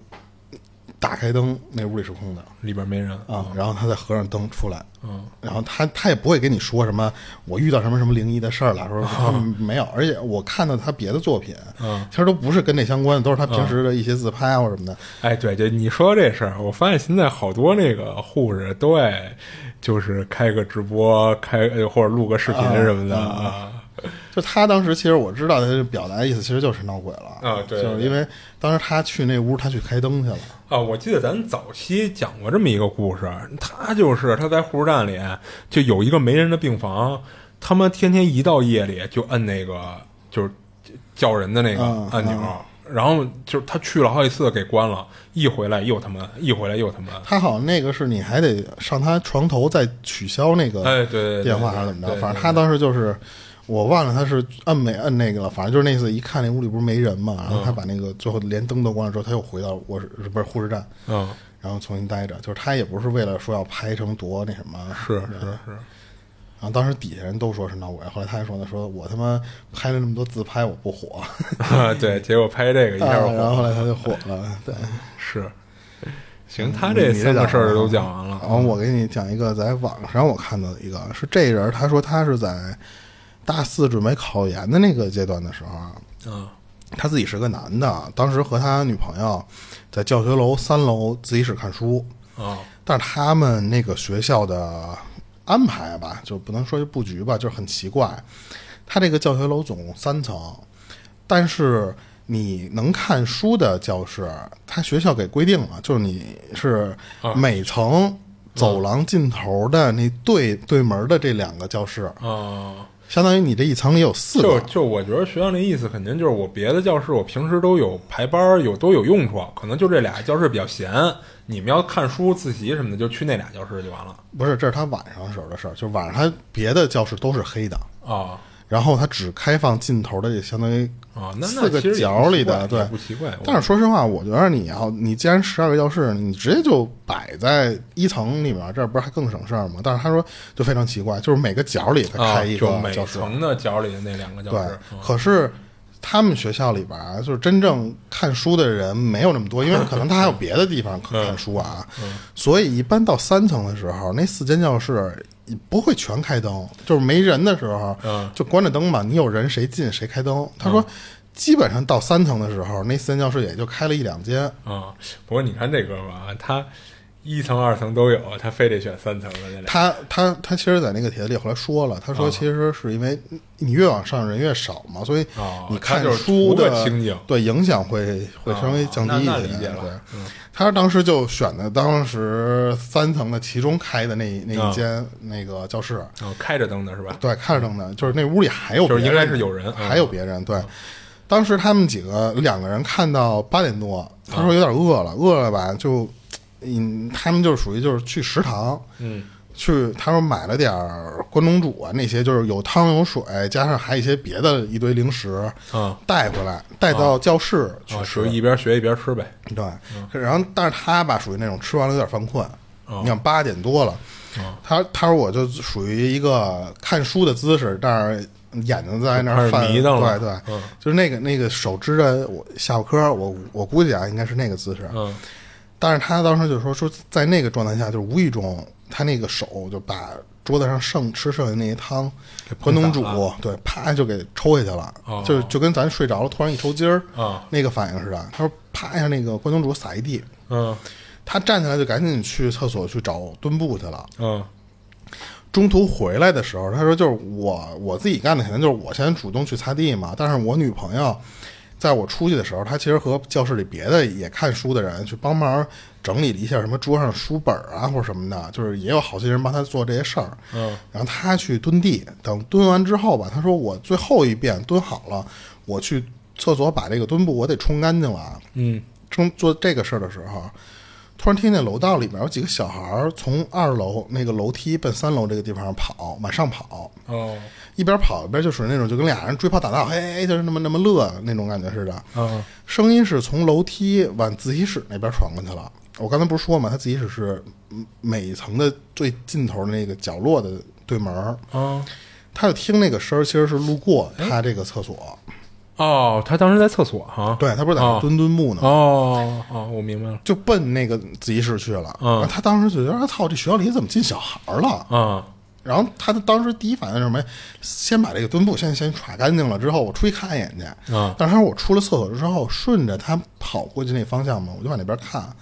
B: 打开灯，那屋里是空的
C: 里边没人
B: 啊，然后他再合上灯出来，
C: 嗯，
B: 然后他他也不会跟你说什么我遇到什么什么灵异的事儿了， 说他没有，而且我看到他别的作品，
C: 嗯
B: 其实都不是跟这相关的，都是他平时的一些自拍啊或者什么的，
C: 哎，对，就你说这事儿，我发现现在好多那个护士都爱，就是开个直播，开呃或者录个视频什么的
B: 嗯
C: 啊。
B: 就他当时其实我知道他就表达的意思，其实就是闹鬼了
C: 啊对
B: 就是
C: 对
B: 因为当时他去那屋，他去开灯去了，
C: 啊，我记得咱早期讲过这么一个故事，他就是他在护士站里就有一个没人的病房，他们天天一到夜里就摁那个就是叫人的那个
B: 嗯
C: 按钮，然后就是他去了好几次给关了，一回来又他们摁，一回来又他们摁。
B: 他好像那个是你还得上他床头再取消那个
C: 哎对对对
B: 电话还是怎么
C: 对
B: 着，
C: 对
B: 反正他当时就是我忘了他是摁没摁那个了，反正就是那次一看那屋里不是没人嘛，然
C: 嗯
B: 后他把那个最后连灯都关了之后，他又回到我是不是护士站，
C: 嗯，
B: 然后重新待着，就是他也不是为了说要拍成多那什么，
C: 是是
B: 啊
C: 是，
B: 然后当时底下人都说是闹鬼，后来他还说呢，说我他妈拍了那么多自拍我不火，
C: 啊， 对，结果拍这个一
B: 啊
C: 下火
B: 然后后来他就火了，对。
C: 是，行，他这三个事儿都讲完
B: 然
C: 了。
B: 后我给你讲一个在网上我看到的一个，是这人他说他是在大四准备考研的那个阶段的时候啊，
C: 嗯
B: 他自己是个男的，啊当时和他女朋友在教学楼三楼自习室看书，
C: 啊
B: 但是他们那个学校的安排吧，就不能说是布局吧，就是很奇怪。他这个教学楼总共三层，但是你能看书的教室，他学校给规定了，就是你是每层走廊尽头的那对对门的这两个教室，
C: 啊，
B: 相当于你这一层里有四
C: 就
B: 个。
C: 就我觉得学校那意思肯定就是我别的教室我平时都有排班儿有都有用处，可能就这俩教室比较闲，你们要看书自习什么的就去那俩教室就完了
B: 不是，这是他晚上时候的事儿，就是晚上他别的教室都是黑的，
C: 啊。
B: 然后他只开放尽头的，也相当于
C: 啊，那那
B: 四个
C: 其实也不
B: 角里
C: 奇怪
B: 的，
C: 也
B: 对，
C: 不奇怪。我
B: 但是说实话，我觉得你要你既然十二个教室，你直接就摆在一层里面，这不是还更省事儿吗？但是他说就非常奇怪，就是每个角里他
C: 啊，
B: 开一个
C: 就每
B: 教室，
C: 层的角里的那两个教
B: 对
C: 室。嗯。
B: 可是他们学校里边儿就是真正看书的人没有那么多，因为可能他还有别的地方可看书啊。
C: 嗯
B: 所以一般到三层的时候，那四间教室不会全开灯，就是没人的时候
C: 嗯
B: 就关着灯嘛。你有人谁进谁开灯。他说。基本上到三层的时候，那四间教室也就开了一两间，
C: 啊、不过你看这哥们儿啊，他一层二层都有，他非得选三层的那俩。
B: 他他他其实，在那个帖子里后来说了，他说
C: 啊
B: 其实是因为你越往上人越少嘛，所以
C: 哦
B: 你
C: 他
B: 看
C: 就是
B: 书
C: 图
B: 的、
C: 个清静
B: 对影响会会稍微降低一些。
C: 啊那那理解了
B: 对
C: 嗯
B: 他当时就选的当时三层的其中开的那那
C: 啊
B: 一间、那个教室，
C: 然后哦开着灯的是吧？
B: 对，看着灯的，就是那屋里还有别
C: 就是
B: 人，
C: 应该是有人嗯
B: 还有别人。对，当时他们几个两个人看到八点多，他说有点饿了，饿了吧就，嗯，他们就是属于就是去食堂，
C: 嗯，
B: 去他说买了点儿关东煮啊那些，就是有汤有水，加上还有一些别的一堆零食，
C: 啊
B: 带回来带到教室去
C: 啊，
B: 吃
C: 属于。一边学一边吃呗。
B: 对，可然后但是他吧属于那种吃完了有点犯困，
C: 哦
B: 你看八点多了，他他说我就属于一个看书的姿势，但是眼睛在那
C: 开
B: 儿
C: 始
B: 犯，
C: 迷瞪了
B: 对对，
C: 嗯
B: 就是那个那个手支着我下巴颏儿，我我估计啊应该是那个姿势，
C: 嗯
B: 但是他当时就说说在那个状态下，就是无意中他那个手就把桌子上剩吃剩下那些汤
C: 给碰
B: 关东煮
C: 散了，
B: 对，啪就给抽下去了，
C: 哦
B: 就就跟咱睡着了突然一抽筋儿
C: 啊
B: 那个反应似的。他说啪一下那个关东煮撒一地，
C: 嗯
B: 他站起来就赶紧去厕所去找墩布去了。
C: 嗯
B: 中途回来的时候，他说就是我我自己干的，肯定就是我先主动去擦地嘛。但是我女朋友在我出去的时候，她其实和教室里别的也看书的人去帮忙整理了一下什么桌上书本啊或者什么的，就是也有好心人帮她做这些事儿。
C: 嗯，
B: 然后她去蹲地，等蹲完之后吧，她说我最后一遍蹲好了，我去。厕所把这个墩布我得冲干净了。
C: 嗯，
B: 正做这个事儿的时候，突然听见楼道里面有几个小孩儿从二楼那个楼梯奔三楼这个地方跑，往上跑，
C: 哦，
B: 一边跑一边就属于那种就跟俩人追跑打闹，嘿嘿，嘿就是那么那么乐那种感觉似的。
C: 啊，
B: 声音是从楼梯往自习室那边传过去了。我刚才不是说嘛，他自习室是嗯每一层的最尽头的那个角落的对门儿，
C: 啊，
B: 他就听那个声儿，其实是路过他这个厕所。啊
C: 哦，他当时在厕所哈，
B: 对他不是在那
C: 哦
B: 儿墩墩木呢吗，
C: 哦哦，我明白了，
B: 就奔那个自习室去了。
C: 嗯
B: 他当时就觉得，啊操，这学校里怎么进小孩儿了？
C: 啊，
B: 然后他当时第一反应是什么呀？先把这个墩布先先歘干净了之后，我出去看一眼去。
C: 嗯
B: 但是我出了厕所之后，顺着他跑过去那方向嘛，我就往那边看。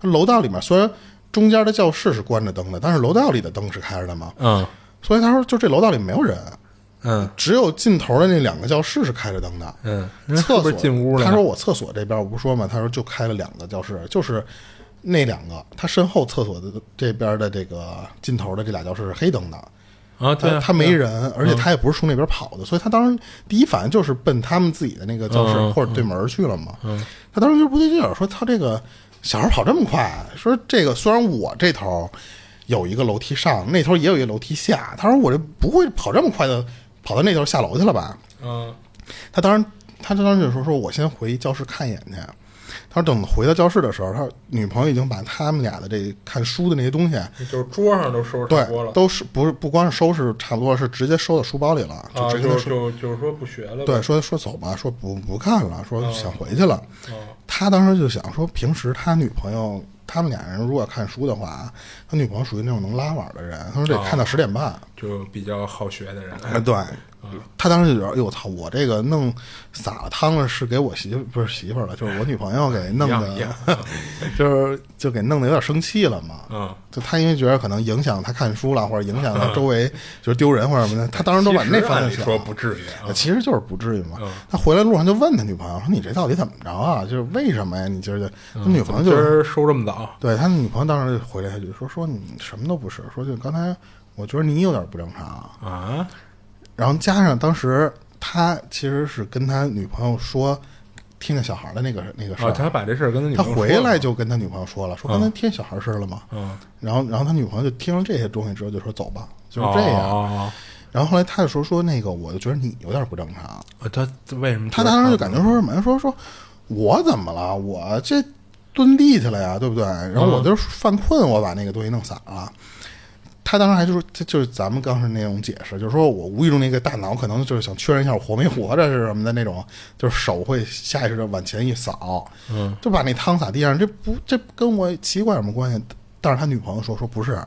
B: 他楼道里面虽然中间的教室是关着灯的，但是楼道里的灯是开着的嘛。
C: 嗯
B: 所以他说，就这楼道里没有人，
C: 嗯
B: 只有尽头的那两个教室是开着灯的。
C: 嗯，那是
B: 厕
C: 不
B: 所
C: 是进屋了？
B: 他说我厕所这边我不说嘛，他说就开了两个教室，就是那两个，他身后厕所的这边的这个尽头的这俩教室是黑灯的。
C: 啊，对
B: 他
C: 啊，
B: 他没人，而且他也不是从那边跑的，所以他当时第一反应就是奔他们自己的那个教室
C: 嗯
B: 或者对门儿去了嘛。他当时就不对劲儿，说他这个小孩跑这么快，说这个虽然我这头有一个楼梯上，那头也有一个楼梯下，他说我这不会跑这么快的跑到那头下楼去了吧？
C: 嗯
B: 他当时他当时就说说我先回教室看一眼去。他说等回到教室的时候，他女朋友已经把他们俩的这看书的那些东西，
C: 就是桌上都收拾差不多
B: 对，
C: 了，
B: 都是不是不光是收拾差不多，是直接收到书包里了，就
C: 啊，
B: 直接
C: 就
B: 跟他
C: 是
B: 说、
C: 就就是说不学了呗，
B: 对，说说走吧，说不不看了，说想回去了。
C: 啊
B: 他当时就想说，平时他女朋友他们俩人如果看书的话，他女朋友属于那种能拉晚的人，他说
C: 啊
B: 得看到十点半。
C: 就比较好学的人，
B: 哎，对，他当时就觉得，哎呦我操，我这个弄洒了汤了，是给我媳妇不是媳妇儿了，就是我女朋友给弄
C: 一
B: 的
C: 样一样，
B: 就是就给弄得有点生气了嘛。
C: 嗯
B: 就他因为觉得可能影响他看书了，或者影响到周 围就是丢人或者什么的，他当时都往那方
C: 按
B: 向
C: 理
B: 想。
C: 说不至于啊，
B: 其实就是不至于嘛
C: 嗯。
B: 他回来路上就问他女朋友说：“你这到底怎么着啊？就是为什么呀？你今儿就……”他女朋友
C: 今
B: 就
C: 儿收嗯这么早，
B: 对他女朋友当时就回来，他就说：“说你什么都不是，说就刚才我觉得你有点不正常。”
C: 啊，
B: 然后加上当时他其实是跟他女朋友说，听见小孩的那个那个事儿、
C: 啊，他把这事儿跟他女
B: 他
C: 朋友说了
B: 回来就跟他女朋友说了，说刚才听见小孩事儿了吗？
C: 嗯，
B: 然后然后他女朋友就听了这些东西之后就说走吧，就是这样。
C: 哦
B: 然后后来他就说说那个，我就觉得你有点不正常。
C: 啊他他为什么？
B: 他当时就感觉说什么呀？说说我怎么了？我这蹲地去了呀，对不对？然后我就是犯困，我把那个东西弄散了。他当时还就说，这就是咱们刚才那种解释，就是说我无意中那个大脑可能就是想确认一下我活没活着是什么的那种，就是手会下意识的往前一扫，
C: 嗯，
B: 就把那汤洒地上，这不这跟我奇怪有什么关系？但是他女朋友说说不是，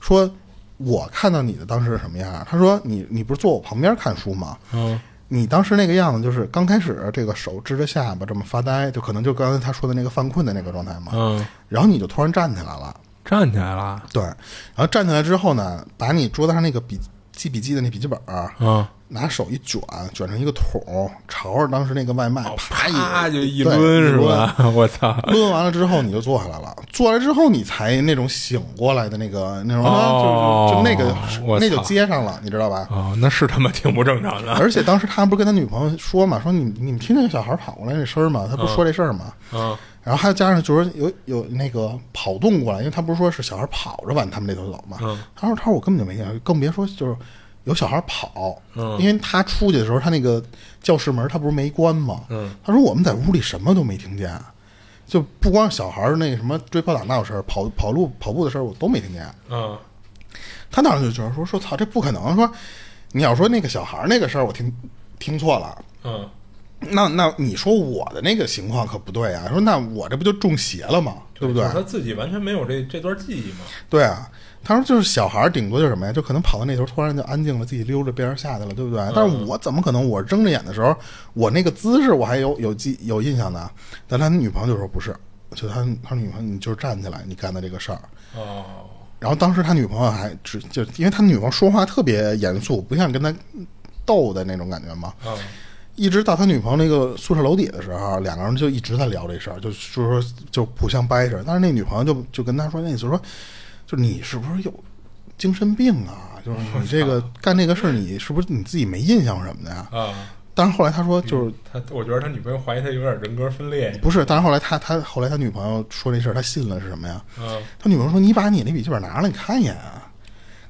B: 说我看到你的当时是什么样？他说你你不是坐我旁边看书吗？
C: 嗯
B: 你当时那个样子就是刚开始这个手支着下巴这么发呆，就可能就刚才他说的那个犯困的那个状态嘛。
C: 嗯，
B: 然后你就突然站起来了，
C: 站起来了，
B: 对，然后站起来之后呢，把你桌子上那个笔记笔记的那笔记本儿，
C: 嗯，
B: 拿手一卷，卷成一个桶，朝着当时那个外卖，啪
C: 哦啪就一
B: 对
C: 抡是
B: 抡
C: 吧？ 我操！
B: 抡完了之后你就坐下来了，坐下来之后你才那种醒过来的那个那种，
C: 哦
B: 就就那个
C: 我
B: 那就
C: 操
B: 接上了，你知道吧？
C: 哦，那是他妈挺不正常的。
B: 而且当时他不是跟他女朋友说嘛，说你你们听见小孩跑过来那声儿吗？他不是说这事儿吗？
C: 嗯
B: 然后还有加上就是有有那个跑动过来，因为他不是说是小孩跑着往他们这头走嘛。
C: 嗯
B: 他说他说我根本就没见过，更别说就是有小孩跑。
C: 嗯
B: 因为他出去的时候，他那个教室门他不是没关吗？
C: 嗯
B: 他说我们在屋里什么都没听见，就不光是小孩儿那个什么追跑打闹的事儿，跑跑路跑步的事儿我都没听见。
C: 嗯
B: 他当时就觉得说说操这不可能，说你要说那个小孩儿那个事儿我听听错了。
C: 嗯，
B: 那那你说我的那个情况可不对啊！说那我这不就中邪了吗？对不对？
C: 就是他自己完全没有这这段记忆嘛。
B: 对啊，他说就是小孩儿顶多就是什么呀，就可能跑到那头突然就安静了，自己溜着边儿下去了，对不对？但是我怎么可能？我睁着眼的时候，我那个姿势我还有有记有印象的。但他女朋友就说不是，就他他女朋友你就是站起来，你干的这个事儿。
C: 哦，
B: 然后当时他女朋友还只就因为他女朋友说话特别严肃，不像跟他斗的那种感觉嘛。
C: 嗯
B: 一直到他女朋友那个宿舍楼底的时候，两个人就一直在聊这事儿，就就是说就互相掰扯。但是那女朋友就就跟他说，那意思说，就你是不是有精神病啊？就是你这个干这个事儿，你是不是你自己没印象什么的呀？
C: 啊
B: 但是后来他说就是
C: 他，我觉得他女朋友怀疑他有点人格分裂。
B: 不是，但是后来他他后来他女朋友说这事儿，他信了是什么呀？
C: 嗯，
B: 他女朋友说：“你把你那笔记本拿来，你看一眼啊。”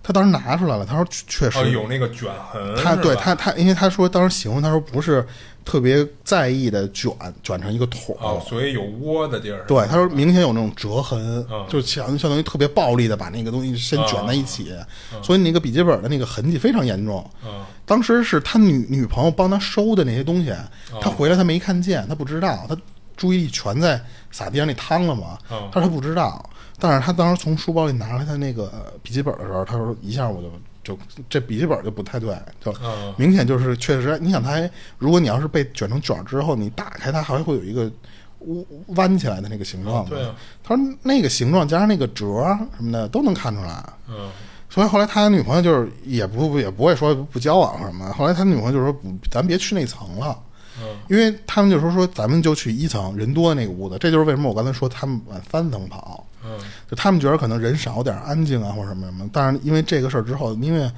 B: 他当时拿出来了，他说：“确确
C: 哦，
B: 实
C: 有那个卷痕，
B: 他
C: 嗯是
B: 对
C: 吧
B: 他他，因为他说当时形容他说不是特别在意的卷卷成一个桶，
C: 哦，所以有窝的地儿。
B: 对，他说明显有那种折痕，
C: 嗯
B: 就是相相当于特别暴力的把那个东西先卷在一起，所以那个笔记本的那个痕迹非常严重。
C: 哦嗯
B: 当时是他女女朋友帮他收的那些东西，
C: 哦
B: 他回来他没看见，他不知道，他注意力全在撒地上那汤了嘛，
C: 嗯
B: 他说他不知道。但是他当时从书包里拿出来他那个呃笔记本的时候，他说一下我就就这笔记本就不太对，就
C: 嗯
B: 明显就是确实，你想它还，如果你要是被卷成卷儿之后，你打开它还会有一个弯弯起来的那个形状嘛。
C: 对啊
B: 他说那个形状加上那个折儿什么的都能看出来。
C: 嗯，
B: 所以后来他女朋友就是也不也不会说不交往什么的，后来他女朋友就说不，咱别去那层了。
C: 嗯
B: 因为他们就说说咱们就去一层人多的那个屋子，这就是为什么我刚才说他们往三层跑，
C: 嗯，
B: 就他们觉得可能人少点儿安静啊或者什么什么，但是因为这个事儿之后，因为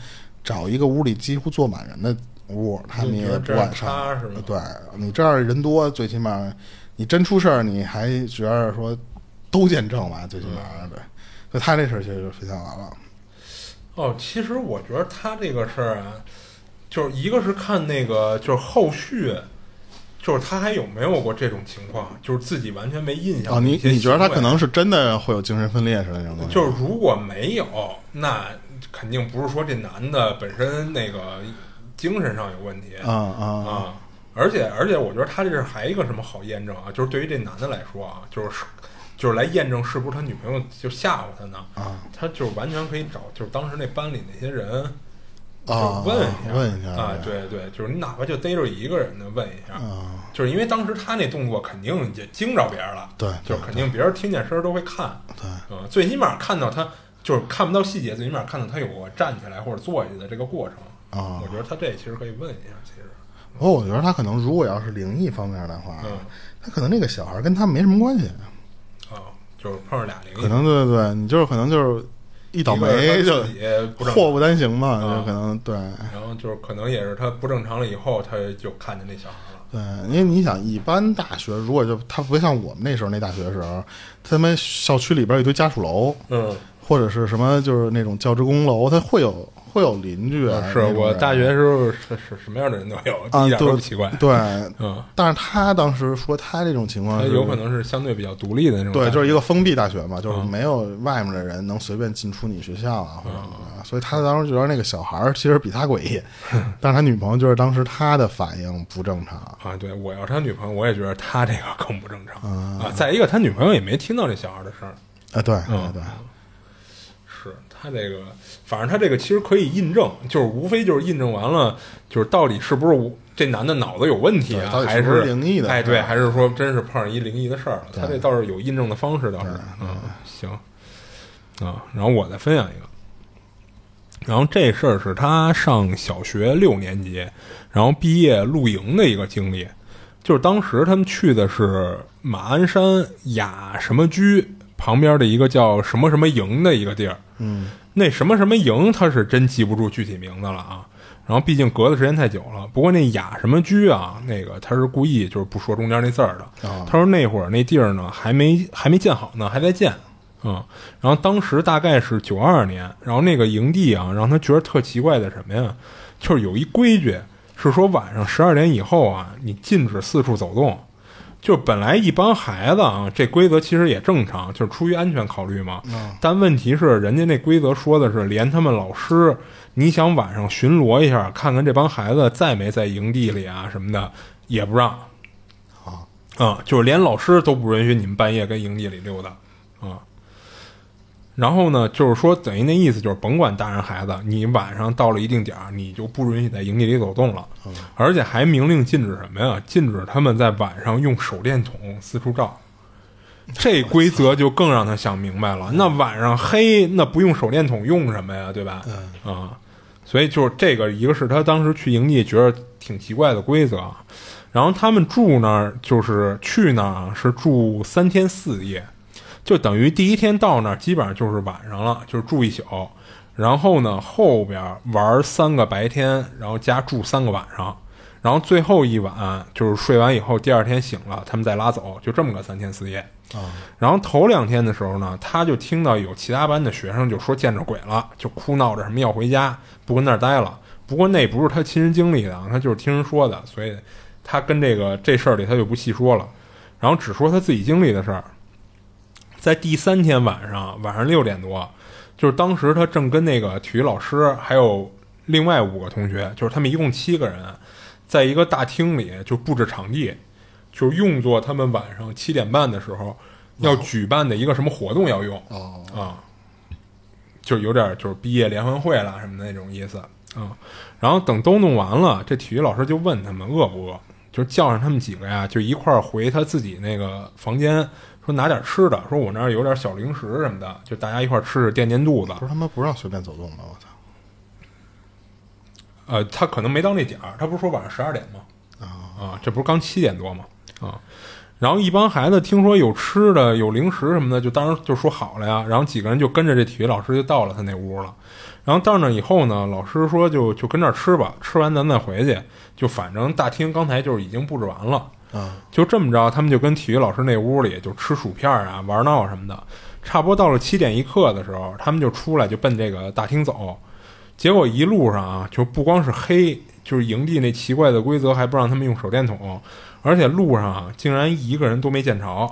B: 找一个屋里几乎坐满人的屋，他们
C: 你
B: 也
C: 觉得
B: 不
C: 这样
B: 敢
C: 踏
B: 上
C: 实吗，
B: 对你这样人多，最起码你真出事儿，你还觉得说都见证吧，最起码
C: 嗯
B: 对，所以他这事儿其实就分享完了，
C: 哦，其实我觉得他这个事儿啊，就是一个是看那个，就是后续，就是他还有没有过这种情况，就是自己完全没印象
B: 哦，
C: 的
B: 你
C: 一些
B: 你觉得他可
C: 行为
B: 能是真的会有精神分裂似的那种东西？
C: 就是如果没有，那肯定不是说这男的本身那个精神上有问题
B: 啊啊
C: 啊而且而且，我觉得他这是还一个什么好验证啊？就是对于这男的来说啊，就是就是来验证是不是他女朋友就吓唬他呢？
B: 啊，
C: 他就是完全可以找，就是当时那班里那些人。
B: 啊
C: 就问
B: 啊
C: 下，
B: 问一下
C: 啊，对对，就是你哪怕就逮着一个人的问一下，
B: 啊
C: 就是因为当时他那动作肯定也惊着别人了，
B: 对对
C: 就是肯定别人听见声儿都会看，
B: 对
C: 嗯，最起码看到他就是看不到细节，最起码看到他有过站起来或者坐下的这个过程。
B: 啊
C: 我觉得他这其实可以问一下，其实，
B: 不过我觉得他可能如果要是灵异方面的话
C: 嗯，
B: 他可能那个小孩跟他没什么关系，
C: 啊、就是碰上俩灵
B: 可
C: 异，
B: 能对对对，你就是可能就是一倒霉
C: 一
B: 就
C: 个是他自己不正常
B: 祸不单行嘛，
C: 啊
B: 就可能对
C: 然后就是可能也是他不正常了以后，他就看见那小孩了。
B: 对，因为你想，一般大学如果就他不像我们那时候那大学的时候，他们校区里边有一堆家属楼，
C: 嗯，
B: 或者是什么就是那种教职工楼，他会有会有邻居啊，
C: 是
B: 那种
C: 我
B: 人
C: 大学时候是是什么样的人都有，
B: 啊，
C: 一点
B: 对
C: 都不奇怪。
B: 对，
C: 嗯，
B: 但是他当时说他这种情况
C: 他
B: 是
C: 有可能是相对比较独立的那种感觉。
B: 对，就是一个封闭大学嘛，就是
C: 嗯
B: 没有外面的人能随便进出你学校啊，或者怎么
C: 嗯
B: 样。所以他当时觉得那个小孩儿其实比他诡 异，但是他女朋友就是当时他的反应不正常。
C: 啊，对我要是他女朋友，我也觉得他这个更不正常啊。再一个，他女朋友也没听到这小孩的事儿，
B: 啊，对对
C: 嗯
B: 对，
C: 是他这个，反正他这个其实可以印证，就是无非就是印证完了，就是到底是不是我这男的脑子有问题啊，
B: 对到底
C: 还
B: 是不是灵异的
C: 哎，对，
B: 对
C: 还是说真是碰上一灵异的事儿了？他这倒是有印证的方式，倒是嗯，行啊。然后我再分享一个，然后这事儿是他上小学六年级，然后毕业露营的一个经历，就是当时他们去的是马鞍山雅什么居旁边的一个叫什么什么营的一个地儿。嗯，那什么什么营他是真记不住具体名字了啊。然后毕竟隔的时间太久了，不过那雅什么居啊，那个他是故意就是不说中间那字儿的。他说那会儿那地儿呢还没还没建好呢，还在建。嗯，然后当时大概是九二年，然后那个营地啊，让他觉得特奇怪的什么呀，就是有一规矩是说晚上十二点以后啊，你禁止四处走动。就本来一帮孩子啊，这规则其实也正常，就是出于安全考虑嘛。但问题是，人家那规则说的是，连他们老师，你想晚上巡逻一下，看看这帮孩子在没在营地里啊什么的，也不让。啊，就是连老师都不允许你们半夜跟营地里溜达啊。然后呢，就是说等于那意思就是甭管大人孩子，你晚上到了一定点儿，你就不允许在营地里走动了，而且还明令禁止什么呀？禁止他们在晚上用手电筒四处照。这规则就更让他想明白了。那晚上黑，那不用手电筒用什么呀？对吧？嗯啊，所以就是这个，一个是他当时去营地觉得挺奇怪的规则，啊然后他们住那儿就是去那儿啊是住三天四夜，就等于第一天到那儿基本上就是晚上了，就是住一宿，然后呢后边玩三个白天，然后加住三个晚上，然后最后一晚就是睡完以后，第二天醒了，他们再拉走，就这么个三天四夜。然后头两天的时候呢，他就听到有其他班的学生就说见着鬼了，就哭闹着什么要回家，不跟那儿待了。不过那不是他亲身经历的啊，他就是听人说的，所以他跟这个这事儿里他就不细说了，然后只说他自己经历的事儿。在第三天晚上，晚上六点多，就是当时他正跟那个体育老师还有另外五个同学，就是他们一共七个人，在一个大厅里就布置场地，就是用作他们晚上七点半的时候要举办的一个什么活动要用啊、
B: 哦
C: 就有点就是毕业联欢会啦什么的那种意思啊、然后等都弄完了，这体育老师就问他们饿不饿，就是叫上他们几个呀，就一块儿回他自己那个房间，说拿点吃的，说我那儿有点小零食什么的，就大家一块儿吃吃垫垫肚子
B: 不。是他妈不让随便走动吗？我操！
C: 呃，他可能没到那点儿，他不是说晚上十二点吗？啊，这不是刚七点多吗？啊，然后一帮孩子听说有吃的、有零食什么的，就当时就说好了呀。然后几个人就跟着这体育老师就到了他那屋了。然后到那以后呢，老师说就就跟这儿吃吧，吃完咱再回去。就反正大厅刚才就是已经布置完了，
B: 啊，
C: 就这么着，他们就跟体育老师那屋里就吃薯片啊、玩闹什么的。差不多到了七点一刻的时候，他们就出来就奔这个大厅走。结果一路上啊，就不光是黑，就是营地那奇怪的规则还不让他们用手电筒，而且路上啊，竟然一个人都没见着。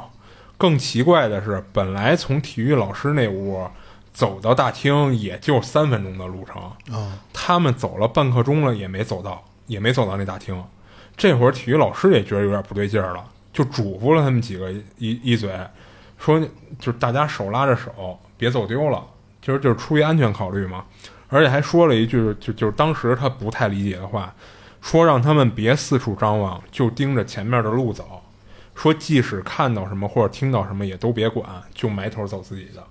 C: 更奇怪的是，本来从体育老师那屋走到大厅也就三分钟的路程，他们走了半刻钟了也没走到，也没走到那大厅。这会儿体育老师也觉得有点不对劲儿了，就嘱咐了他们几个一一一嘴，说就是大家手拉着手，别走丢了，就是就是出于安全考虑嘛。而且还说了一句，就就是当时他不太理解的话，说让他们别四处张望，就盯着前面的路走，说即使看到什么或者听到什么也都别管，就埋头走自己的。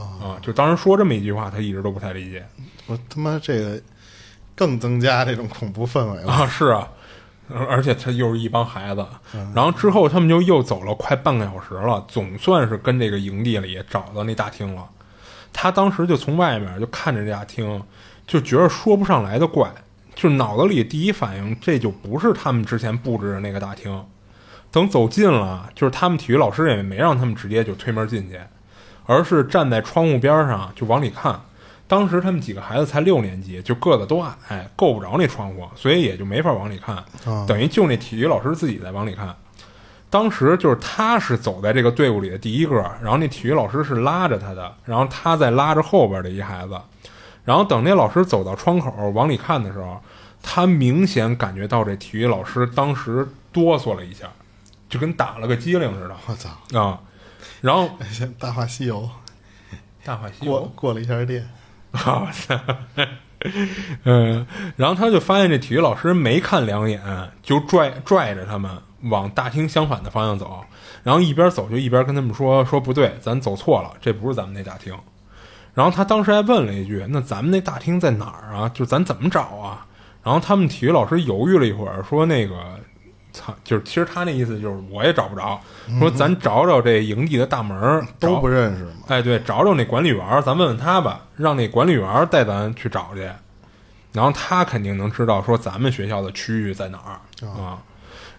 C: 啊，就当时说这么一句话，他一直都不太理解。
B: 我他妈这个更增加这种恐怖氛围了。
C: 啊，是啊，而而且他又是一帮孩子，然后之后他们就又走了快半个小时了，总算是跟这个营地里找到那大厅了。他当时就从外面就看着这大厅，就觉得说不上来的怪，就脑子里第一反应这就不是他们之前布置的那个大厅。等走近了，就是他们体育老师也没让他们直接就推门进去，而是站在窗户边上就往里看。当时他们几个孩子才六年级，就个子都矮，够不着那窗户，所以也就没法往里看，等于就那体育老师自己在往里看。当时就是他是走在这个队伍里的第一个，然后那体育老师是拉着他的，然后他再拉着后边的一孩子，然后等那老师走到窗口往里看的时候，他明显感觉到这体育老师当时哆嗦了一下，就跟打了个激灵似的
B: 我操！
C: 啊。然后
B: 像《大话西游》
C: 大话西
B: 过过了一下电，
C: 好的，嗯，然后他就发现这体育老师没看两眼，就拽拽着他们往大厅相反的方向走，然后一边走就一边跟他们说说不对，咱走错了，这不是咱们那大厅。然后他当时还问了一句：“那咱们那大厅在哪儿啊？就咱怎么找啊？”然后他们体育老师犹豫了一会儿，说：“那个，操，就是其实他那意思就是我也找不着，说咱找找这营地的大门儿，
B: 都
C: 找
B: 不认识吗？
C: 哎，对，找找那管理员儿，咱问问他吧，让那管理员儿带咱去找去，然后他肯定能知道说咱们学校的区域在哪儿啊。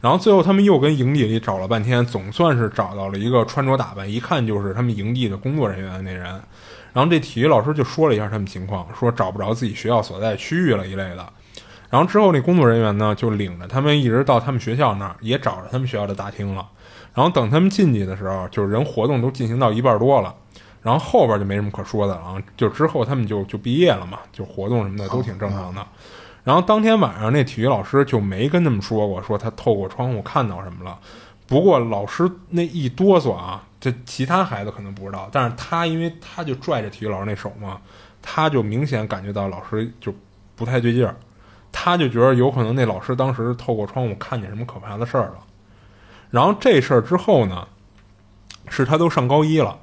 C: 然后最后他们又跟营地里找了半天，总算是找到了一个穿着打扮一看就是他们营地的工作人员那人。然后这体育老师就说了一下他们情况，说找不着自己学校所在区域了一类的。然后之后那工作人员呢，就领着他们一直到他们学校那儿，也找着他们学校的大厅了。然后等他们进去的时候，就是人活动都进行到一半多了，然后后边就没什么可说的了啊。就之后他们就就毕业了嘛，就活动什么的都挺正常的。然后当天晚上那体育老师就没跟他们说过，说他透过窗户看到什么了。不过老师那一哆嗦啊，这其他孩子可能不知道，但是他因为他就拽着体育老师那手嘛，他就明显感觉到老师就不太对劲儿，他就觉得有可能那老师当时透过窗户看见什么可怕的事儿了。然后这事儿之后呢，是他都上高一了，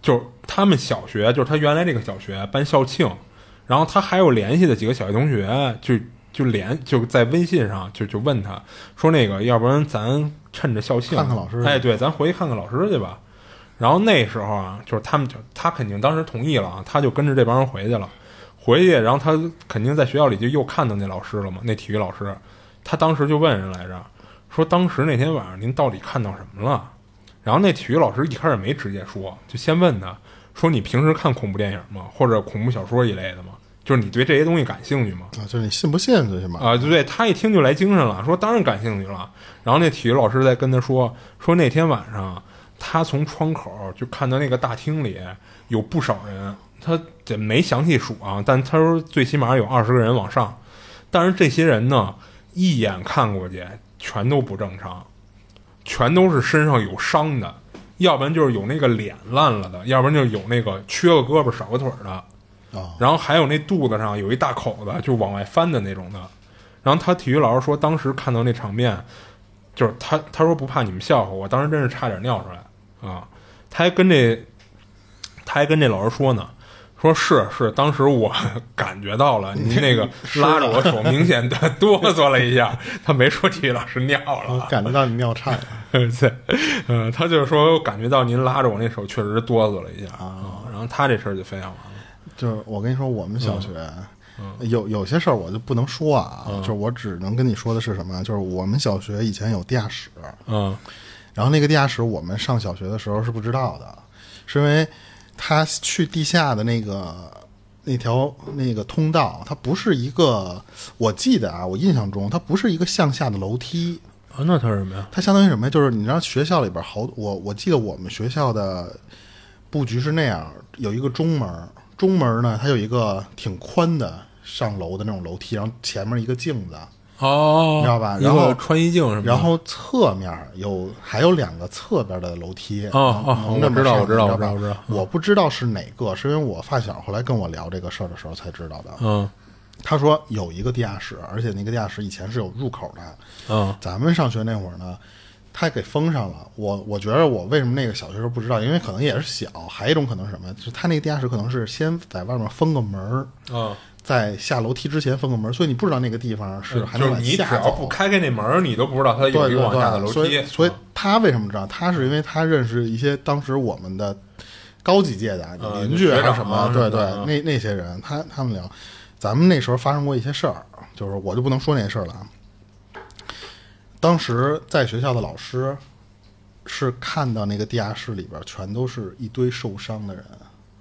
C: 就是他们小学，就是他原来这个小学办校庆，然后他还有联系的几个小学同学，就就联就在微信上就就问他说那个，要不然咱趁着校庆
B: 看看老师去
C: 哎，对，咱回去看看老师去吧。然后那时候啊，就是他们就他肯定当时同意了啊，他就跟着这帮人回去了。回去，然后他肯定在学校里就又看到那老师了嘛，那体育老师，他当时就问人来着，说当时那天晚上您到底看到什么了？然后那体育老师一开始没直接说，就先问他说你平时看恐怖电影吗？或者恐怖小说一类的吗？就是你对这些东西感兴趣吗？
B: 啊，就是你信不信最起码
C: 啊，对对，他一听就来精神了，说当然感兴趣了。然后那体育老师在跟他说，说那天晚上他从窗口就看到那个大厅里有不少人，他这没详细数啊，但他说最起码有二十个人往上。但是这些人呢，一眼看过去全都不正常，全都是身上有伤的，要不然就是有那个脸烂了的，要不然就有那个缺个胳膊少个腿儿的。
B: 啊，
C: 然后还有那肚子上有一大口子，就往外翻的那种的。然后他体育老师说，当时看到那场面，就是他他说不怕你们笑话，我当时真是差点尿出来啊！他还跟这他还跟这老师说呢，说是是，当时我感觉到了您那个拉着我手，明显的哆嗦了一下。他没说体育老师尿了
B: 我
C: 啊，
B: 感觉到你尿颤
C: 对，嗯，他就是说我感觉到您拉着我那手确实哆嗦了一下啊。然后他这事儿就分享完了。
B: 就是我跟你说，我们小学、有有些事儿我就不能说啊，就是我只能跟你说的是什么啊，就是我们小学以前有地下室，
C: 嗯
B: 然后那个地下室我们上小学的时候是不知道的，是因为他去地下的那个那条那个通道，它不是一个，我记得啊，我印象中它不是一个向下的楼梯，
C: 啊，那他是什么呀？
B: 它相当于什么呀？就是你知道学校里边好，我我记得我们学校的布局是那样，有一个中门儿，中门儿呢它有一个挺宽的上楼的那种楼梯，然后前面一个镜子，
C: 哦，
B: 你知道吧
C: 一
B: 然后
C: 个穿衣镜什么的，
B: 然后侧面有还有两个侧边的楼梯。
C: 哦哦
B: 能这么上
C: 我知道
B: 你
C: 我知道
B: 吧
C: 我知道我知道
B: 我不知道是哪个，是因为我发小后来跟我聊这个事儿的时候才知道的。
C: 嗯
B: 他说有一个地下室，而且那个地下室以前是有入口的。
C: 嗯
B: 咱们上学那会儿呢，他给封上了。我我觉得我为什么那个小学时候不知道，因为可能也是小。还有一种可能是什么，就是他那个地下室可能是先在外面封个门儿，
C: 嗯，
B: 在下楼梯之前封个门儿，所以你不知道那个地方是还能
C: 呃就是
B: 往
C: 你只
B: 下
C: 要
B: 走。
C: 不开开那门儿，你都不知道它有一
B: 对
C: 个
B: 对
C: 往下的
B: 对，
C: 楼梯，
B: 所以所以
C: 嗯
B: 他为什么知道？他是因为他认识一些当时我们的高几届的啊
C: 呃
B: 邻居
C: 学
B: 还
C: 长
B: 是什
C: 啊
B: 么，对
C: 什
B: 对
C: 么的啊，
B: 那那些人，他他们聊，咱们那时候发生过一些事儿，就是我就不能说那事儿了啊。当时在学校的老师是看到那个地下室里边全都是一堆受伤的人，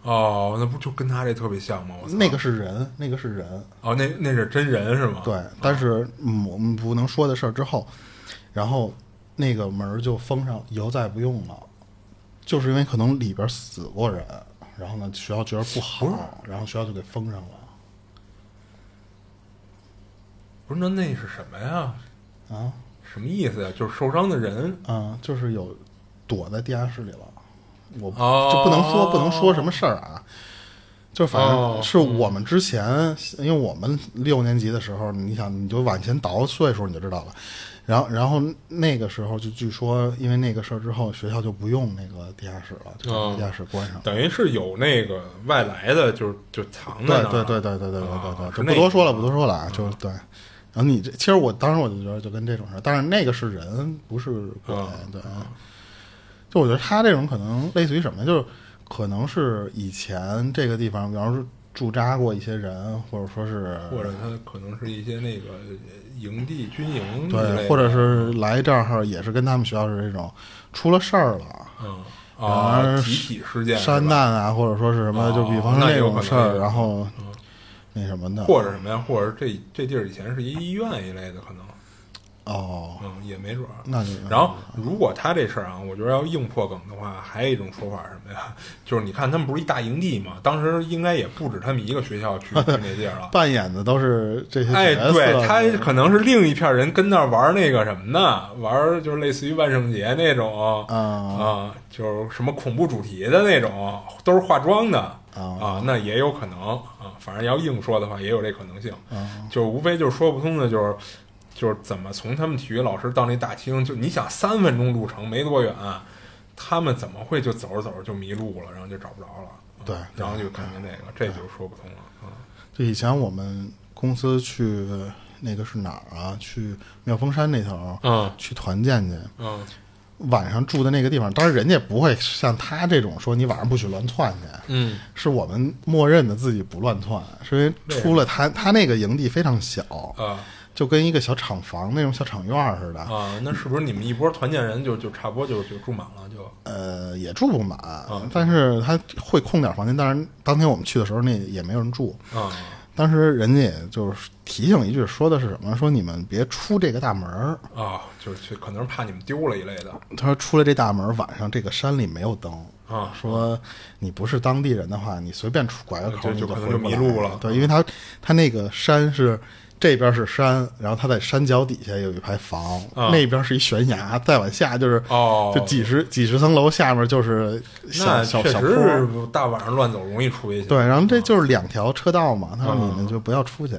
C: 哦，那不就跟他这特别像吗？我操
B: 那个是人，那个是人，
C: 哦，那那是真人是吗？
B: 对，但是嗯，我们不能说的事儿之后，然后那个门儿就封上，以后再也不用了，就是因为可能里边儿死过人，然后呢，学校觉得不好，然后学校就给封上了
C: 不是那那是什么呀？
B: 啊，
C: 什么意思呀？就是受伤的人
B: 嗯，就是有躲在地下室里了，我
C: 哦
B: 就不能说不能说什么事儿啊。就反
C: 哦
B: 正是我们之前，因为我们六年级的时候，你想你就往前倒岁数你就知道了。然后，然后那个时候就据说，因为那个事儿之后，学校就不用那个地下室了，就把
C: 哦
B: 地下室关上了。
C: 等于是有那个外来的，就是就藏
B: 对
C: 在那儿
B: 对
C: 了
B: 对对对对对对
C: 啊
B: 对，
C: 是
B: 就
C: 那
B: 不
C: 个
B: 多说了，不多说了啊，就是对。然后你这，其实我当时我就觉得，就跟这种事儿，但是那个是人，不是鬼，
C: 啊
B: 对。就我觉得他这种可能类似于什么，就是可能是以前这个地方，比方说驻扎过一些人，或者说是
C: 或者他可能是一些那个营地、军营之类
B: 对，
C: 的
B: 或者是来这儿也是跟他们学校是这种出了事儿了。
C: 嗯
B: 然
C: 啊，
B: 后
C: 集体事件是吧
B: 山难啊，或者说是什么，就比方说
C: 哦那有
B: 种
C: 可能
B: 事儿，
C: 有
B: 然后那什么的，
C: 或者什么呀？或者这这地儿以前是一医院一类的，可能，
B: 哦，
C: 嗯，也没准儿。
B: 那就
C: 然后，如果他这事儿啊，我觉得要硬破梗的话，还有一种说法是什么呀？ 就是你看他们不是一大营地嘛，当时应该也不止他们一个学校去去那地儿了。
B: 扮演的都是这些
C: 哎，
B: 角色
C: 对他可能是另一片人跟那儿玩那个什么呢？玩就是类似于万圣节那种
B: 啊
C: 就是什么恐怖主题的那种，都是化妆的啊那也有可能啊。反正要硬说的话，也有这可能性。
B: 啊
C: 就是无非就是说不通的，就是就是怎么从他们体育老师到那大厅，就你想三分钟路程没多远，他们怎么会就走着走着就迷路了，然后就找不着了？啊
B: 对对
C: 然后就看见那个，这就说不通了啊。
B: 就以前我们公司去那个是哪儿啊？去妙峰山那头，
C: 嗯
B: 去团建去。
C: 嗯，
B: 晚上住的那个地方，当然人家也不会像他这种说你晚上不许乱窜去，
C: 嗯，
B: 是我们默认的自己不乱窜，是因为出了他他那个营地非常小，
C: 啊
B: 就跟一个小厂房那种小厂院儿似的，
C: 啊，那是不是你们一波团建人就就差不多就就住满了就？
B: 呃，也住不满，
C: 嗯
B: 但是他会空点房间。当然，当天我们去的时候，那也没有人住。
C: 啊
B: 当时人家也就是提醒一句，说的是什么？说你们别出这个大门儿。
C: 啊，就是去可能是怕你们丢了一类的。
B: 他说出了这大门儿，晚上这个山里没有灯
C: 啊
B: 说你不是当地人的话，你随便出拐个口
C: 就
B: 儿你
C: 就可能
B: 回
C: 就
B: 不
C: 迷
B: 来
C: 路了
B: 了。对，因为他他那个山是这边是山，然后他在山脚底下有一排房，
C: 啊
B: 那边是一悬崖，再往下就是
C: 哦
B: 就几十几十层楼下面就是小
C: 那
B: 小
C: 确
B: 小
C: 实
B: 坡儿
C: 是大晚上乱走容易出危险。
B: 对，然后这就是两条车道嘛。他说
C: 啊
B: 你们就不要出去，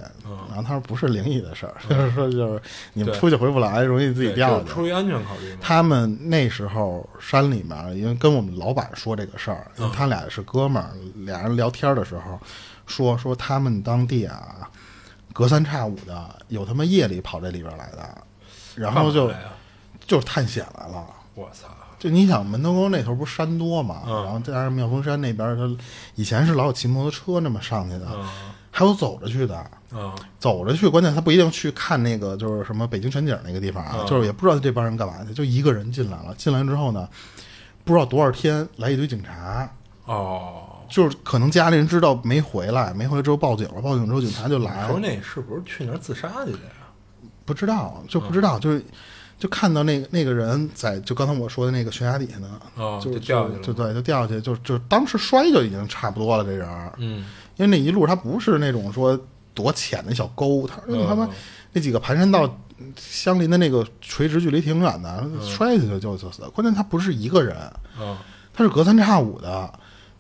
B: 然后他说不是灵异的事儿， 就是说就是你们
C: 对
B: 出去回不来，容易自己
C: 对
B: 掉
C: 就
B: 下
C: 是
B: 去。
C: 出于安全考虑嘛。
B: 他们那时候山里面，因为跟我们老板说这个事儿，
C: 啊
B: 因为他俩是哥们儿，俩人聊天的时候说说他们当地啊，隔三差五的有他妈夜里跑这里边来的，然后就
C: 干嘛来啊
B: 就是探险来了。
C: 我操，
B: 就你想门头沟那头不是山多嘛，
C: 嗯
B: 然后再加上妙峰山那边，它以前是老有骑摩托车那么上去的，
C: 嗯
B: 还有走着去的，
C: 啊
B: 走着去，关键他不一定去看那个就是什么北京全景那个地方
C: 嗯
B: 啊，就是也不知道这帮人干嘛去，就一个人进来了，进来之后呢，不知道多少天来一堆警察，
C: 哦，
B: 就是可能家里人知道没回来，没回来之后报警了，报警之后警察就来
C: 你
B: 了，
C: 说那是不是去那儿自杀去的呀？
B: 不知道，就不知道，就是就看到那个那个人在就刚才我说的那个悬崖底下呢，
C: 哦
B: 就
C: 就掉下去了
B: 就对，就掉下去，就就当时摔就已经差不多了，这人，
C: 嗯，
B: 因为那一路他不是那种说多浅的小沟，他说
C: 嗯
B: 你他妈
C: 嗯
B: 那几个盘山道相邻的那个垂直距离挺远的，
C: 嗯
B: 摔下去就就就死了，关键他不是一个人，
C: 啊
B: 他是隔三差五的，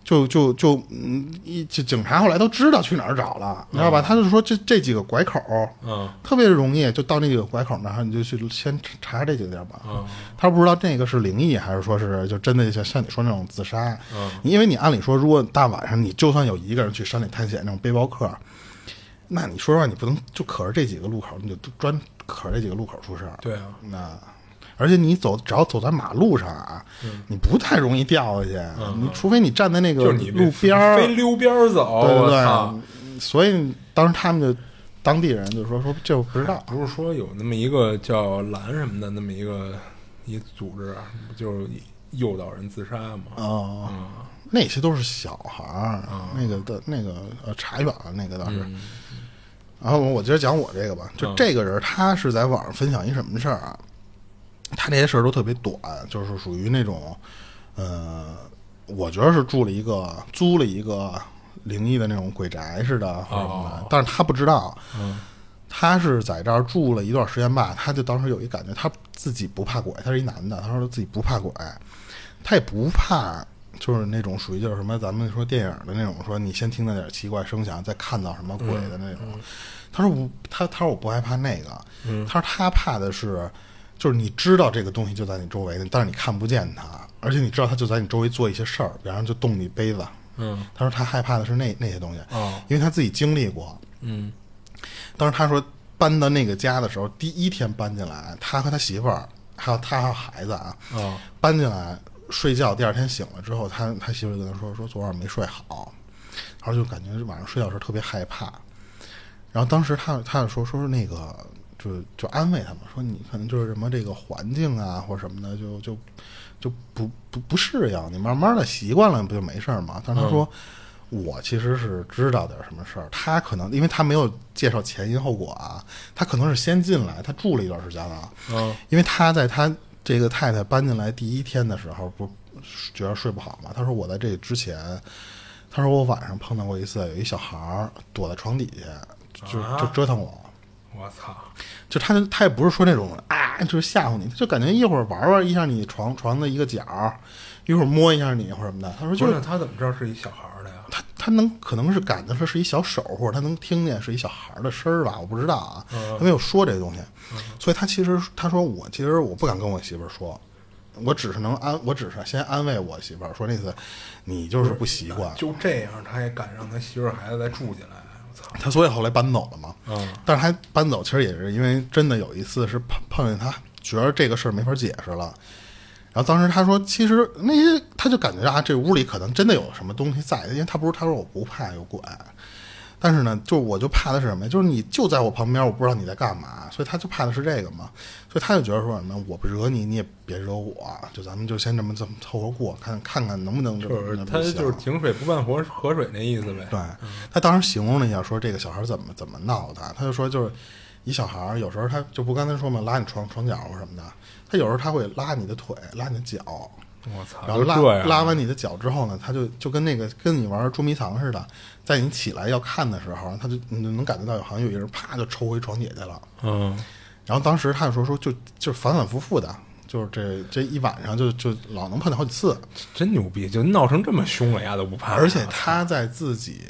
B: 就就就嗯，一就警察后来都知道去哪儿找了，你知
C: 嗯
B: 道吧？他就说这这几个拐口，
C: 啊
B: 特别容易，就到那个拐口那儿，你就去先查查这几个地儿吧。
C: 啊
B: 他不知道那个是灵异还是说是就真的像像你说那种自杀，
C: 嗯
B: 因为你按理说，如果大晚上你就算有一个人去山里探险那种背包客，那你说实话你不能就可着这几个路口，你就专可着这几个路口出事儿。
C: 对啊，
B: 那而且你走只要走在马路上啊，你不太容易掉下去，你除非你站在那
C: 嗯就
B: 个
C: 是你
B: 路边儿，
C: 非溜边儿走，
B: 对对
C: 哦我操！
B: 对，所以当时他们就当地人就说说这我不知道，
C: 不是说有那么一个叫蓝什么的那么一个一组织，啊就是诱导人自杀嘛？啊
B: 哦，那些都是小孩儿，那个的那个呃查远了那个倒是。然后我接着讲我这个吧，就
C: 嗯
B: 这个人他是在网上分享一什么事儿啊？他这些事儿都特别短，就是属于那种，呃，我觉得是住了一个租了一个灵异的那种鬼宅似的或者什么的，但是他不知道。他是在这儿住了一段时间吧，他就当时有一感觉，他自己不怕鬼，他是一男的，他说自己不怕鬼，他也不怕，就是那种属于就是什么咱们说电影的那种，说你先听到点儿奇怪声响，再看到什么鬼的那种。
C: 嗯
B: 他说我他他说我不害怕那个，他说他怕的是，就是你知道这个东西就在你周围，但是你看不见它，而且你知道它就在你周围做一些事儿，比方说就动你杯子。
C: 嗯，
B: 他说他害怕的是那那些东西，
C: 哦
B: 因为他自己经历过。
C: 嗯，
B: 当时他说搬到那个家的时候，第一天搬进来，他和他媳妇儿，还有他还有孩子啊，
C: 哦
B: 搬进来睡觉，第二天醒了之后，他他媳妇儿就跟他说说昨晚没睡好，然后就感觉晚上睡觉时候特别害怕，然后当时他他就说说那个就就安慰他们说你可能就是什么这个环境啊或者什么的就就就不不不适应，你慢慢的习惯了不就没事儿嘛？但是他说。我其实是知道点儿什么事儿，他可能因为他没有介绍前因后果啊，他可能是先进来，他住了一段时间了，
C: 嗯
B: 因为他在他这个太太搬进来第一天的时候，不是觉得睡不好嘛？他说我在这之前，他说我晚上碰到过一次，有一小孩儿躲在床底下，就就折腾我。
C: 我操！
B: 就他他也不是说那种啊，就是吓唬你，他就感觉一会儿玩玩一下你床床的一个角儿，一会儿摸一下你或者什么的。他说
C: 不
B: 就是是
C: 那他怎么知道是一小孩儿的呀？
B: 他他能可能是感觉说是一小手，或者他能听见是一小孩儿的声儿吧，我不知道啊，他没有说这东西，所以他其实他说我其实我不敢跟我媳妇儿说，我只是能安，我只是先安慰我媳妇儿说那次你就是不习惯，
C: 就这样，他也敢让他媳妇儿孩子再住进来？我操！
B: 他所以后来搬走了嘛，
C: 嗯，
B: 但是他搬走其实也是因为真的有一次是碰碰见他觉得这个事儿没法解释了。然后当时他说，其实那些他就感觉啊，这屋里可能真的有什么东西在，因为他不是他说我不怕有鬼，但是呢，就我就怕的是什么呀？就是你就在我旁边，我不知道你在干嘛，所以他就怕的是这个嘛。所以他就觉得说什么，我不惹你，你也别惹我，啊就咱们就先这么这么凑合过，看看看能不能这么
C: 就是
B: 这么
C: 他就是
B: 想
C: 井水不犯河河水那意思呗。
B: 对，他当时形容了一下，说这个小孩怎么怎么闹的，他就说就是一小孩儿有时候他就不刚才说嘛，拉你床床角或什么的，他有时候他会拉你的腿，拉你的脚，
C: 我操，
B: 然后拉
C: 就这样
B: 拉完你的脚之后呢，他就就跟那个跟你玩捉迷藏似的，在你起来要看的时候，他就你就能感觉到好像有一个人啪就抽回床底下去了。
C: 嗯，
B: 然后当时他就说说就就反反复复的，就是这这一晚上就就老能碰见好几次，
C: 真牛逼，就闹成这么凶了，丫都不怕。
B: 而且他在自己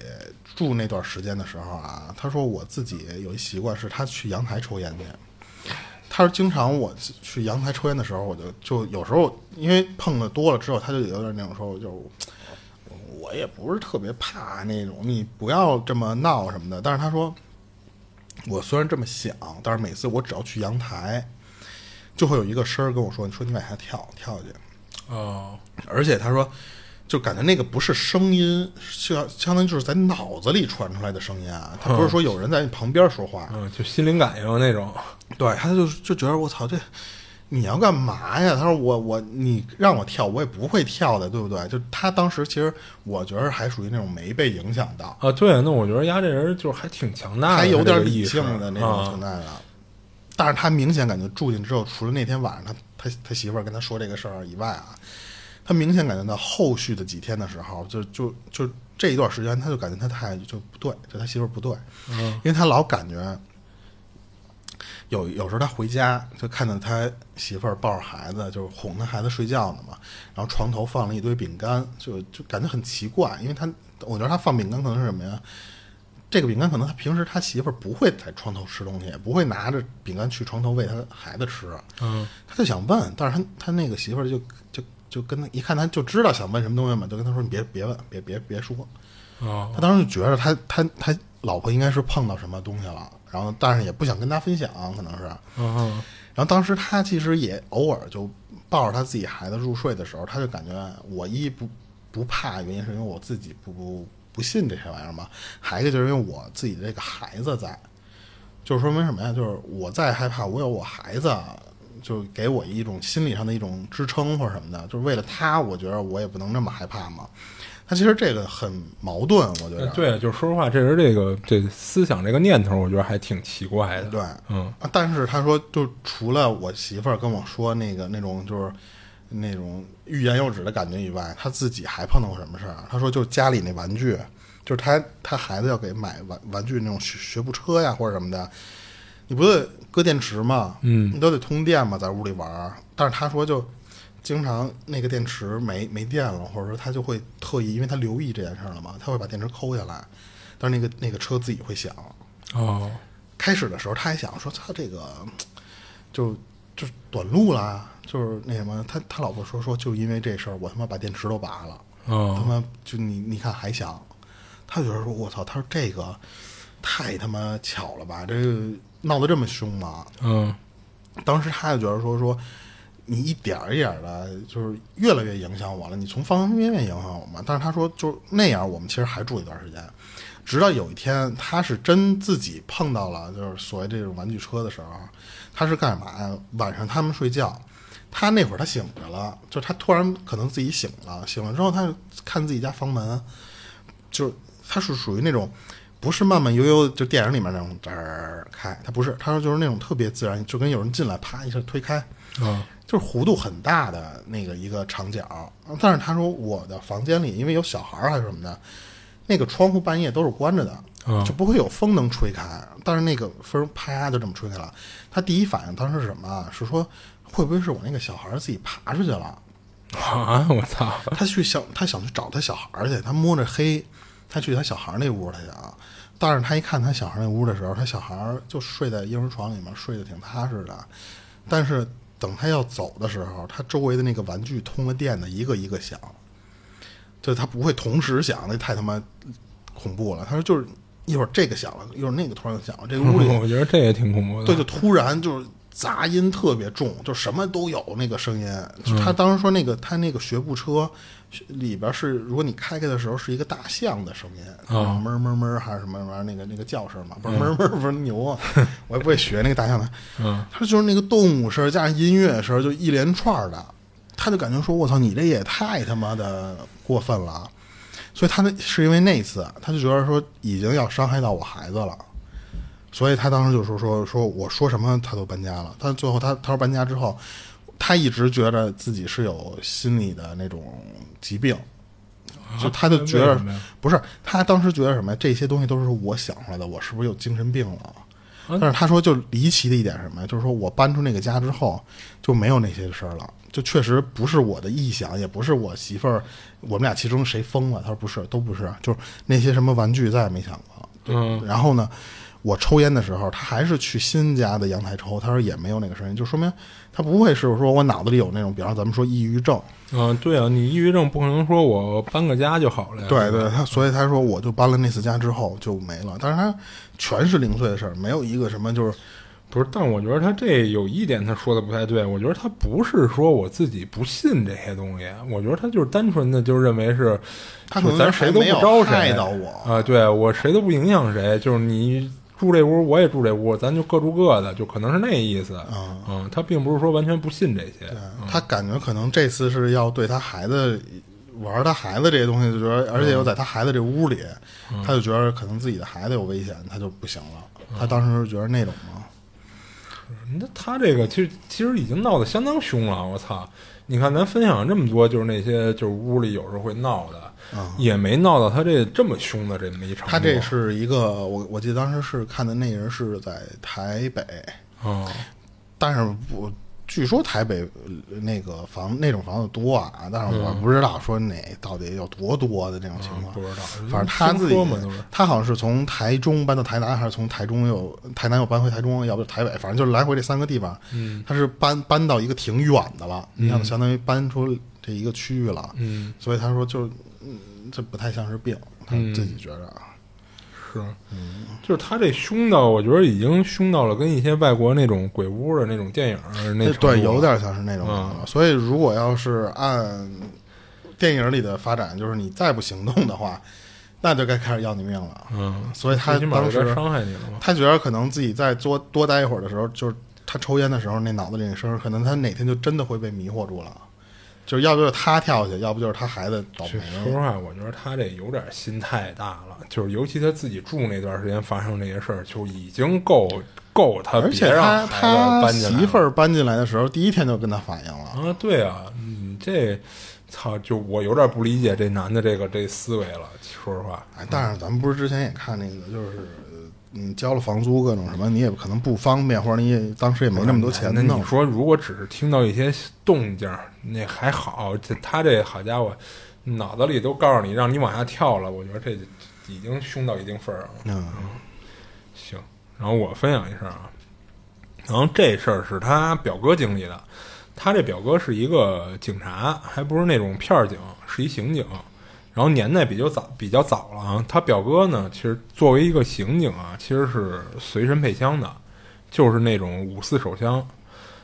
B: 住那段时间的时候啊，他说我自己有一习惯是他去阳台抽烟去。他说经常我去阳台抽烟的时候，我就就有时候因为碰的多了之后，他就有点那种说就。我也不是特别怕那种，你不要这么闹什么的。但是他说，我虽然这么想，但是每次我只要去阳台，就会有一个声儿跟我说：“你说你往下跳，跳下去。”
C: 哦，
B: 而且他说，就感觉那个不是声音，相相当于就是在脑子里传出来的声音啊，他不是说有人在你旁边说话，
C: 嗯，就心灵感应那种。
B: 对，他就就觉得我操这。你要干嘛呀？他说我我你让我跳，我也不会跳的，对不对？就他当时其实我觉得还属于那种没被影响到，
C: 啊，对，那我觉得丫这人就是还挺强大的，
B: 还有
C: 这
B: 点
C: 个
B: 理
C: 意识
B: 性的那种存
C: 啊
B: 在的。但是他明显感觉住进之后，除了那天晚上他他他媳妇儿跟他说这个事儿以外啊，他明显感觉到后续的几天的时候，就就就这一段时间，他就感觉他太就不对，就他媳妇儿不对，
C: 嗯
B: 因为他老感觉有有时候他回家就看到他媳妇儿抱着孩子，就是哄他孩子睡觉呢嘛，然后床头放了一堆饼干，就就感觉很奇怪，因为他我觉得他放饼干可能是什么呀？这个饼干可能他平时他媳妇儿不会在床头吃东西，也不会拿着饼干去床头喂他孩子吃，
C: 嗯，
B: 他就想问，但是他他那个媳妇儿就就就跟他一看他就知道想问什么东西嘛，就跟他说你别别问，别别别说，
C: 哦，
B: 他当时就觉得他他他老婆应该是碰到什么东西了，然后但是也不想跟他分享，可能是。
C: 嗯
B: 然后当时他其实也偶尔就抱着他自己孩子入睡的时候，他就感觉我一不不怕，原因是因为我自己不不不信这些玩意儿嘛，还一个就是因为我自己这个孩子在，就是说明什么呀？就是我再害怕，我有我孩子，就给我一种心理上的一种支撑或者什么的，就是为了他，我觉得我也不能那么害怕嘛。他其实这个很矛盾，我觉得。
C: 呃对，就是说实话，这人这个这思想这个念头，我觉得还挺奇怪的。
B: 对，
C: 嗯
B: 啊，但是他说，就除了我媳妇儿跟我说那个那种就是那种欲言又止的感觉以外，他自己还碰到过什么事儿啊？他说，就家里那玩具，就是他他孩子要给买玩玩具那种学学步车呀或者什么的，你不得搁电池吗？嗯，你都得通电嘛，在屋里玩儿。但是他说就。经常那个电池没没电了，或者说他就会特意，因为他留意这件事儿了嘛，他会把电池抠下来，但是那个那个车自己会响，
C: 哦，
B: 开始的时候，他还想说他这个嗯就就是短路啦，就是那什么，他他老婆说说就因为这事儿，我他妈把电池都拔了，
C: 哦
B: 他妈就你你看还想，他就觉得说我操，他说这个太他妈巧了吧，这个闹得这么凶吗？
C: 嗯，
B: 当时他就觉得说说，你一点儿一点儿的，就是越来越影响我了，你从方方面面影响我嘛。但是他说就那样，我们其实还住一段时间，直到有一天他是真自己碰到了就是所谓这种玩具车的时候，啊他是干嘛呀？晚上他们睡觉。他那会儿他醒着了，就他突然可能自己醒了，醒了之后他就看自己家房门，就是它是属于那种不是慢慢悠悠，就电影里面那种吱儿开，它不是，它就是那种特别自然，就跟有人进来啪一下推开，
C: 啊，
B: 就是弧度很大的那个一个长角。但是他说我的房间里因为有小孩儿还是什么的，那个窗户半夜都是关着的。
C: 嗯
B: 就不会有风能吹开，但是那个风啪就这么吹开了。他第一反应当时是什么啊？是说会不会是我那个小孩儿自己爬出去了？
C: 啊，我操，
B: 他去想，他想去找他小孩儿去，他摸着黑，他去他小孩儿那屋了去啊。但是他一看他小孩儿那屋的时候，他小孩儿就睡在婴儿床里面，睡得挺踏实的。但是等他要走的时候，他周围的那个玩具通了电的一个一个响，就他不会同时响，那太他妈恐怖了。他说就是一会儿这个响了，一会儿那个突然响了，这个屋里
C: 我觉得这也挺恐怖的。
B: 对，就突然就是杂音特别重，就什么都有那个声音。就他当时说那个他那个学步车里边是，如果你开开的时候是一个大象的声音，啊，嗯哞哞哞还是什么玩意儿那个那个叫声嘛，不是哞哞不是牛 啊，我也不会学那个大象的。嗯，他就是那个动物声加上音乐声，就一连串儿的，他就感觉说我操，你这也太他妈的过分了啊。所以他那是因为那次，他就觉得说已经要伤害到我孩子了，所以他当时就说说说我说什么他都搬家了。但最后他他说搬家之后，他一直觉得自己是有心理的那种疾病，就他就觉
C: 啊为
B: 得
C: 什么呀
B: 不是他当时觉得什么呀这些东西都是我想出来的，我是不是有精神病了？但是他说就离奇的一点是什么呀，就是说我搬出那个家之后就没有那些事儿了，就确实不是我的臆想，也不是我媳妇儿，我们俩其中谁疯了？他说不是，都不是，就是那些什么玩具再也没想过。对
C: 嗯
B: 然后呢，我抽烟的时候，他还是去新家的阳台抽，他说也没有那个声音，就说明他不会是说我脑子里有那种，比方咱们说抑郁症，
C: 嗯，对啊，你抑郁症不可能说我搬个家就好了呀。
B: 对对，他所以他说我就搬了那次家之后就没了，但是他全是零碎的事儿，没有一个什么就是。
C: 不是，但我觉得他这有一点他说的不太对，我觉得他不是说我自己不信这些东西，我觉得他就是单纯的就认为是，
B: 他
C: 就
B: 可能
C: 咱谁都不
B: 还没有
C: 招谁，
B: 害到我
C: 啊、对我谁都不影响谁，就是你住这屋我也住这屋，咱就各住各的，就可能是那意思。嗯他并不是说完全不信这些。
B: 他感觉可能这次是要对他孩子玩他孩子这些东西，就觉得，而且又在他孩子这屋里，他就觉得可能自己的孩子有危险，他就不行了。他当时是觉得那种嘛，
C: 那他这个其实其实已经闹得相当凶了，我操！你看咱分享了这么多，就是那些就是屋里有时候会闹的，也没闹到他这这么凶的这么一场。
B: 啊他这是一个，我我记得当时是看的那人是在台北，
C: 啊、
B: 但是我据说台北呃那个房那种房子多啊，但是我不知道说哪到底有多多的那种情况，
C: 嗯不知道
B: 反正他自己
C: 听说嘛都是，
B: 他好像是从台中搬到台南，还是从台中又台南又搬回台中，要不就台北，反正就是来回这三个地方。嗯，他是搬搬到一个挺远的了，你看，相当于搬出这一个区域了。
C: 嗯，
B: 所以他说就是，嗯，这不太像是病，他自己觉着啊。
C: 是，
B: 嗯
C: 就是他这凶到，我觉得已经凶到了跟一些外国那种鬼屋的那种电影儿那程度了
B: 呃
C: 嗯
B: 对，有点像是那种感觉了。所以如果要是按电影里的发展，就是你再不行动的话，那就该开始要你命了。
C: 嗯，
B: 所以他
C: 最起码有
B: 当
C: 点
B: 时
C: 伤害你了嘛。
B: 他觉得可能自己再多多待一会儿的时候，就是他抽烟的时候那脑子里那声儿，可能他哪天就真的会被迷惑住了。就是要不就是他跳下去，要不就是他孩子倒
C: 就
B: 霉
C: 哎说实
B: 了。
C: 话，我觉得他这有点心太大了，就是尤其他自己住那段时间发生这些事儿，就已经够够他
B: 而且他
C: 别让孩子
B: 他
C: 搬进来了
B: 媳妇儿搬进来的时候，第一天就跟他反映了。
C: 啊，对啊，你这操，就我有点不理解这男的这个这思维了。说实话，
B: 哎，但是咱们不是之前也看那个，就是呃嗯，交了房租各种什么，你也可能不方便，或者你也当时也没那么多钱
C: 那
B: 弄
C: 你。说，如果只是听到一些动静儿，那还好。这他这好家伙，脑子里都告诉你让你往下跳了，我觉得这已经凶到一定份儿上了。
B: 嗯，
C: 行，然后我分享一下啊，然后这事儿是他表哥经历的，他这表哥是一个警察，还不是那种片儿警，是一刑警，然后年代比较早，比较早了啊。他表哥呢，其实作为一个刑警啊，其实是随身配枪的，就是那种五四手枪。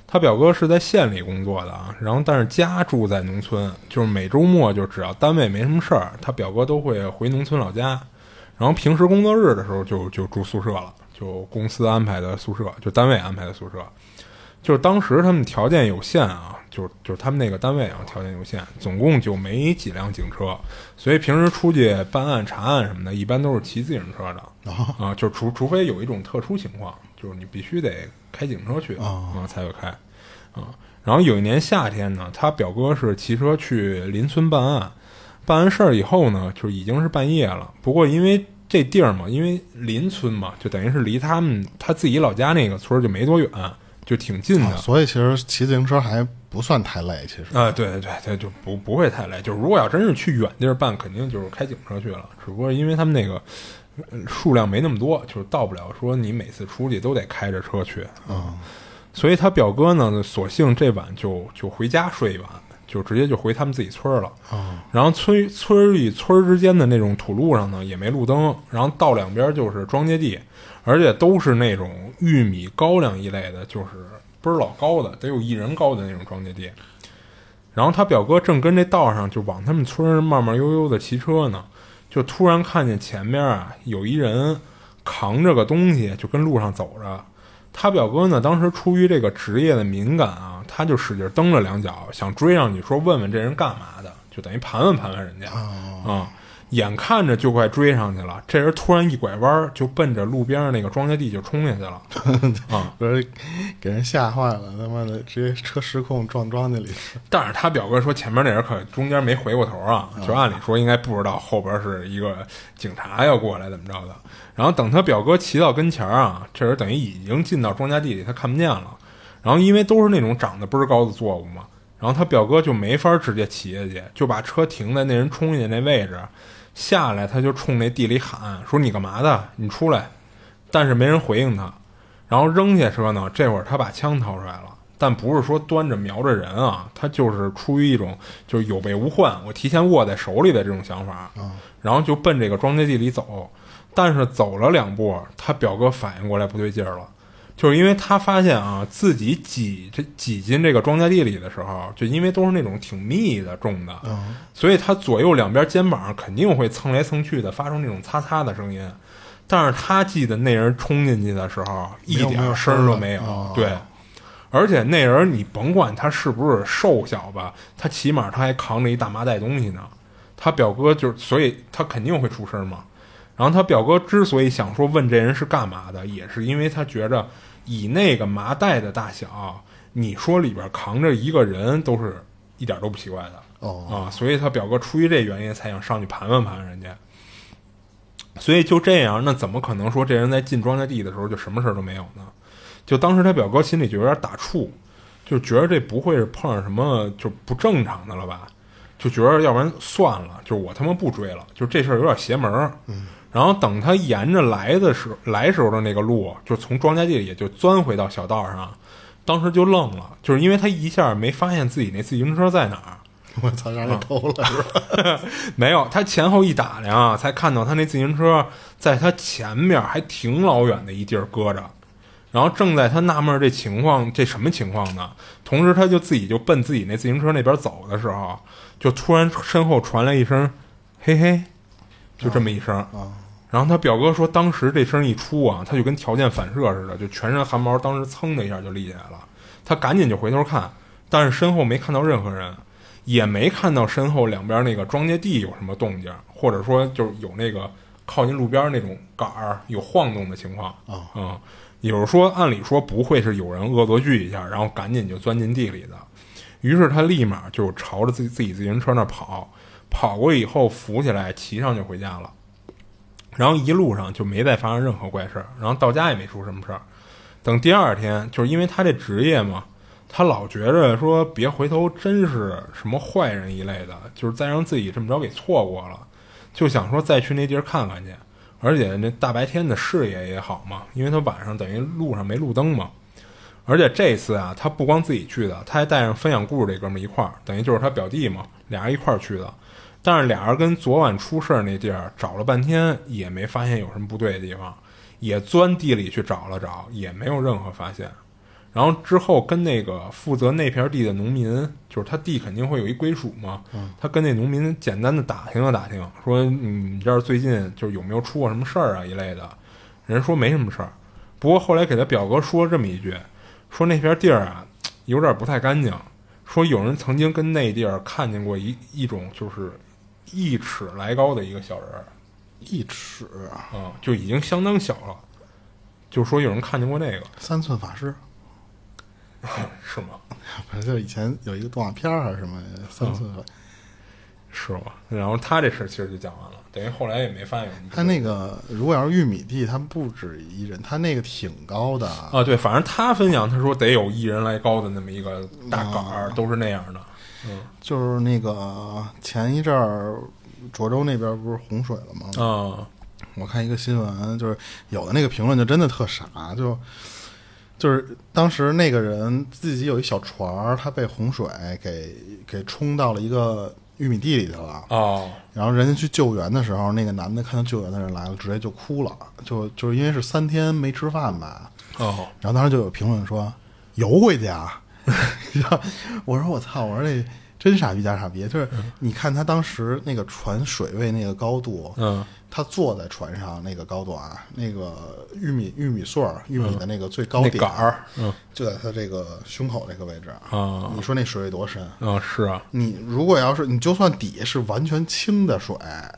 C: 他表哥是在县里工作的啊，然后但是家住在农村，就是每周末就只要单位没什么事儿，他表哥都会回农村老家，然后平时工作日的时候就就住宿舍了，就公司安排的宿舍，就单位安排的宿舍。就是当时他们条件有限啊，就是就是他们那个单位啊条件有限，总共就没几辆警车，所以平时出去办案查案什么的，一般都是骑自行车的啊、就除除非有一种特殊情况，就是你必须得开警车去啊、才会开啊、然后有一年夏天呢，他表哥是骑车去邻村办案，办完事儿以后呢，就已经是半夜了。不过因为这地儿嘛，因为邻村嘛，就等于是离他们他自己老家那个村儿就没多远，就挺近的。
B: 啊所以其实骑自行车还不算太累，其实。
C: 啊，对对对，对，就不不会太累。就是如果要真是去远地儿办，肯定就是开警车去了。只不过因为他们那个呃数量没那么多，就是到不了说你每次出去都得开着车去啊。所以他表哥呢，索性这晚就就回家睡一晚，就直接就回他们自己村儿了。然后村村与村儿之间的那种土路上呢，也没路灯，然后道两边就是庄稼地，而且都是那种玉米、高粱一类的，就是倍儿老高的，得有一人高的那种装卸地。然后他表哥正跟这道上就往他们村儿慢慢悠悠的骑车呢，就突然看见前面啊有一人扛着个东西，就跟路上走着。他表哥呢，当时出于这个职业的敏感啊，他就使劲蹬了两脚，想追上去说问问这人干嘛的，就等于盘问盘问人家啊、嗯眼看着就快追上去了，这人突然一拐弯儿，就奔着路边上那个庄稼地就冲下去了。啊
B: 不是给人吓坏了，他妈的直接车失控撞庄稼里。
C: 但是他表哥说前面那人可中间没回过头啊，就按理说应该不知道后边是一个警察要过来怎么着的。然后等他表哥骑到跟前儿啊，这人等于已经进到庄稼地里，他看不见了。然后因为都是那种长得倍儿高的作物嘛，然后他表哥就没法直接骑下去，就把车停在那人冲进去那位置，下来他就冲那地里喊说：“你干嘛的？你出来！”但是没人回应他。然后扔下车呢，这会儿他把枪掏出来了，但不是说端着瞄着人啊，他就是出于一种就是有备无患，我提前握在手里的这种想法，然后就奔这个庄稼地里走。但是走了两步，他表哥反应过来不对劲儿了，就是因为他发现啊，自己挤这挤进这个庄稼地里的时候，就因为都是那种挺密的种的，所以他左右两边肩膀肯定会蹭来蹭去的，发出那种擦擦的声音。但是他记得那人冲进去的时候，一
B: 有没有
C: 点声儿都
B: 声儿
C: 没有
B: 哦，
C: 对。而且那人你甭管他是不是瘦小吧，他起码他还扛着一大麻袋东西呢。他表哥就是，所以他肯定会出声嘛。然后他表哥之所以想说问这人是干嘛的，也是因为他觉着以那个麻袋的大小，你说里边扛着一个人都是一点都不奇怪的。
B: 哦
C: 啊，所以他表哥出于这原因才想上去盘问盘问人家。所以就这样，那怎么可能说这人在进庄稼地的时候就什么事儿都没有呢？就当时他表哥心里就有点打怵，就觉得这不会是碰上什么就不正常的了吧？就觉得要不然算了，就我他妈不追了，就这事儿有点邪门儿。嗯。然后等他沿着来的时候来时候的那个路，就从庄稼地里就钻回到小道上，当时就愣了，就是因为他一下没发现自己那自行车在哪儿。
B: 我操，让
C: 啊
B: 人偷了 是吧？
C: 没有，他前后一打量啊，才看到他那自行车在他前面还挺老远的一地儿搁着。然后正在他纳闷儿这情况，这什么情况呢？同时，他就自己就奔自己那自行车那边走的时候，就突然身后传来一声“嘿嘿”，就这么一声。然后他表哥说，当时这声一出啊，他就跟条件反射似的，就全身汗毛当时噌的一下就立起来了。他赶紧就回头看，但是身后没看到任何人，也没看到身后两边那个庄稼地有什么动静，或者说就是有那个靠近路边那种杆儿有晃动的情况啊。嗯，也就是说，按理说不会是有人恶作剧一下，然后赶紧就钻进地里的。于是他立马就朝着自己自己自行车那儿跑，跑过以后扶起来，骑上就回家了。然后一路上就没再发生任何怪事儿，然后到家也没出什么事儿。等第二天，就是因为他这职业嘛，他老觉着说别回头真是什么坏人一类的，就是再让自己这么着给错过了，就想说再去那地儿看看去。而且那大白天的视野也好嘛，因为他晚上等于路上没路灯嘛。而且这次啊，他不光自己去的，他还带上分享故事这哥们儿一块儿，等于就是他表弟嘛，俩人一块儿去的。但是俩人跟昨晚出事儿那地儿找了半天，也没发现有什么不对的地方，也钻地里去找了找，也没有任何发现。然后之后跟那个负责那片地的农民，就是他地肯定会有一归属嘛，他跟那农民简单的打听了打听，说你这儿最近就是有没有出过什么事儿啊一类的，人说没什么事儿，不过后来给他表哥说了这么一句，说那片地儿啊有点不太干净，说有人曾经跟那地儿看见过一一种就是一尺来高的一个小人儿，
B: 一尺，
C: 啊、就已经相当小了，就说有人看见过那个，
B: 三寸法师，
C: 是吗？
B: 不是就是以前有一个动画片儿还是什么三寸
C: 嗯
B: 法，
C: 是吗？然后他这事儿其实就讲完了，等于后来也没发现有什么不对。
B: 他那个如果要是玉米地，它不止一人，它那个挺高的。
C: 啊，对，反正他分享，他说得有一人来高的那么一个大
B: 哦
C: 杆儿，都是那样的。
B: 就是那个前一阵儿涿州那边不是洪水了吗？
C: 啊，
B: 我看一个新闻，就是有的那个评论就真的特傻，就就是当时那个人自己有一小船儿，他被洪水给给冲到了一个玉米地里去了。
C: 哦，
B: 然后人家去救援的时候，那个男的看到救援的人来了，直接就哭了，就就是因为是三天没吃饭吧。
C: 哦，
B: 然后当时就有评论说：“游回家。 然后我说我操，我说这真傻逼加傻逼，就是你看他当时那个船水位那个高度，
C: 嗯，
B: 他坐在船上那个高度啊，那个玉米玉米穗儿玉米的那个最高
C: 嗯那
B: 点
C: 杆儿，嗯
B: 就在他这个胸口这个位置
C: 啊
B: 你说那水位多深？
C: 啊是啊，
B: 你如果要是你就算底下是完全清的水，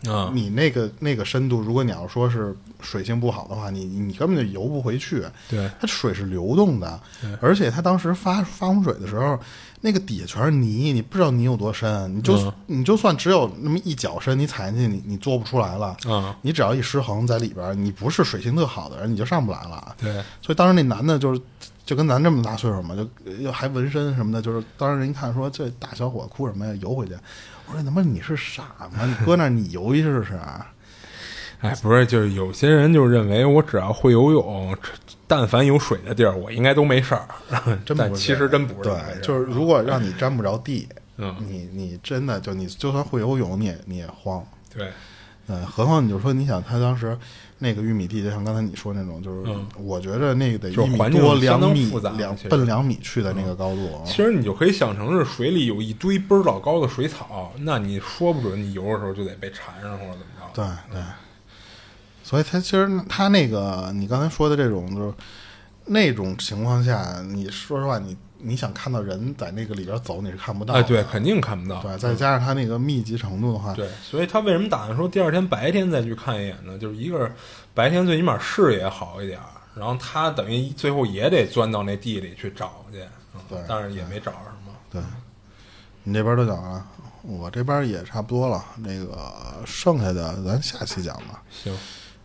C: 嗯
B: 你那个那个深度，如果你要说是水性不好的话，你你根本就游不回去。
C: 对
B: 它水是流动的，而且它当时发发洪水的时候，那个底下全是泥，你不知道泥有多深，你就、你就算只有那么一脚深，你踩进去，你你做不出来了。
C: 嗯
B: 你只要一失衡在里边儿，你不是水性特好的人，你就上不来了。
C: 对
B: 所以当时那男的就是就跟咱这么大岁数嘛，就又还纹身什么的，就是当时人一看说这大小伙哭什么呀，游回去。我说他妈你是傻吗？你搁那儿你游一试试啊？
C: 哎，不是，就是有些人就认为我只要会游泳，但凡有水的地儿，我应该都没事儿。
B: 真不是
C: 但其实真不是这么回事
B: 对，
C: 儿，
B: 就是如果让你沾不着地，
C: 嗯
B: 你你真的就你就算会游泳，你也你也慌。
C: 对，
B: 嗯，何况你就说，你想他当时那个玉米地，就像刚才你说那种，就是、我觉着那个得
C: 嗯就
B: 一
C: 是
B: 米
C: 环境
B: 多
C: 相
B: 两
C: 当
B: 米
C: 复杂
B: 两
C: 其实嗯
B: 奔两米去的那个高度，啊
C: 其实你就可以想成是水里有一堆倍儿老高的水草，那你说不准你游的时候就得被缠上或者怎么着。
B: 对对，所以他其实他那个你刚才说的这种，就是那种情况下，你说实话，你你想看到人在那个里边走，你是看不到的。
C: 哎，对，肯定看不到。
B: 对，再加上他那个密集程度的话，
C: 对，所以他为什么打算说第二天白天再去看一眼呢？就是一个是白天最起码视野好一点儿，然后他等于最后也得钻到那地里去找去，嗯
B: 对
C: 但是也没找着什么。
B: 对你这边都讲完了，我这边也差不多了。那个剩下的咱下期讲吧，
C: 行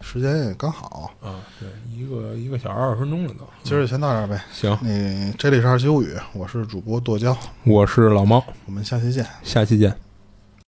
B: 时间也刚好。
C: 啊，对，一个一个小时二十分钟了都。
B: 今儿就先到这儿呗。
C: 行
B: 那这里是二七物语，我是主播剁椒，
C: 我是老猫，
B: 我们下期见。
C: 下期见。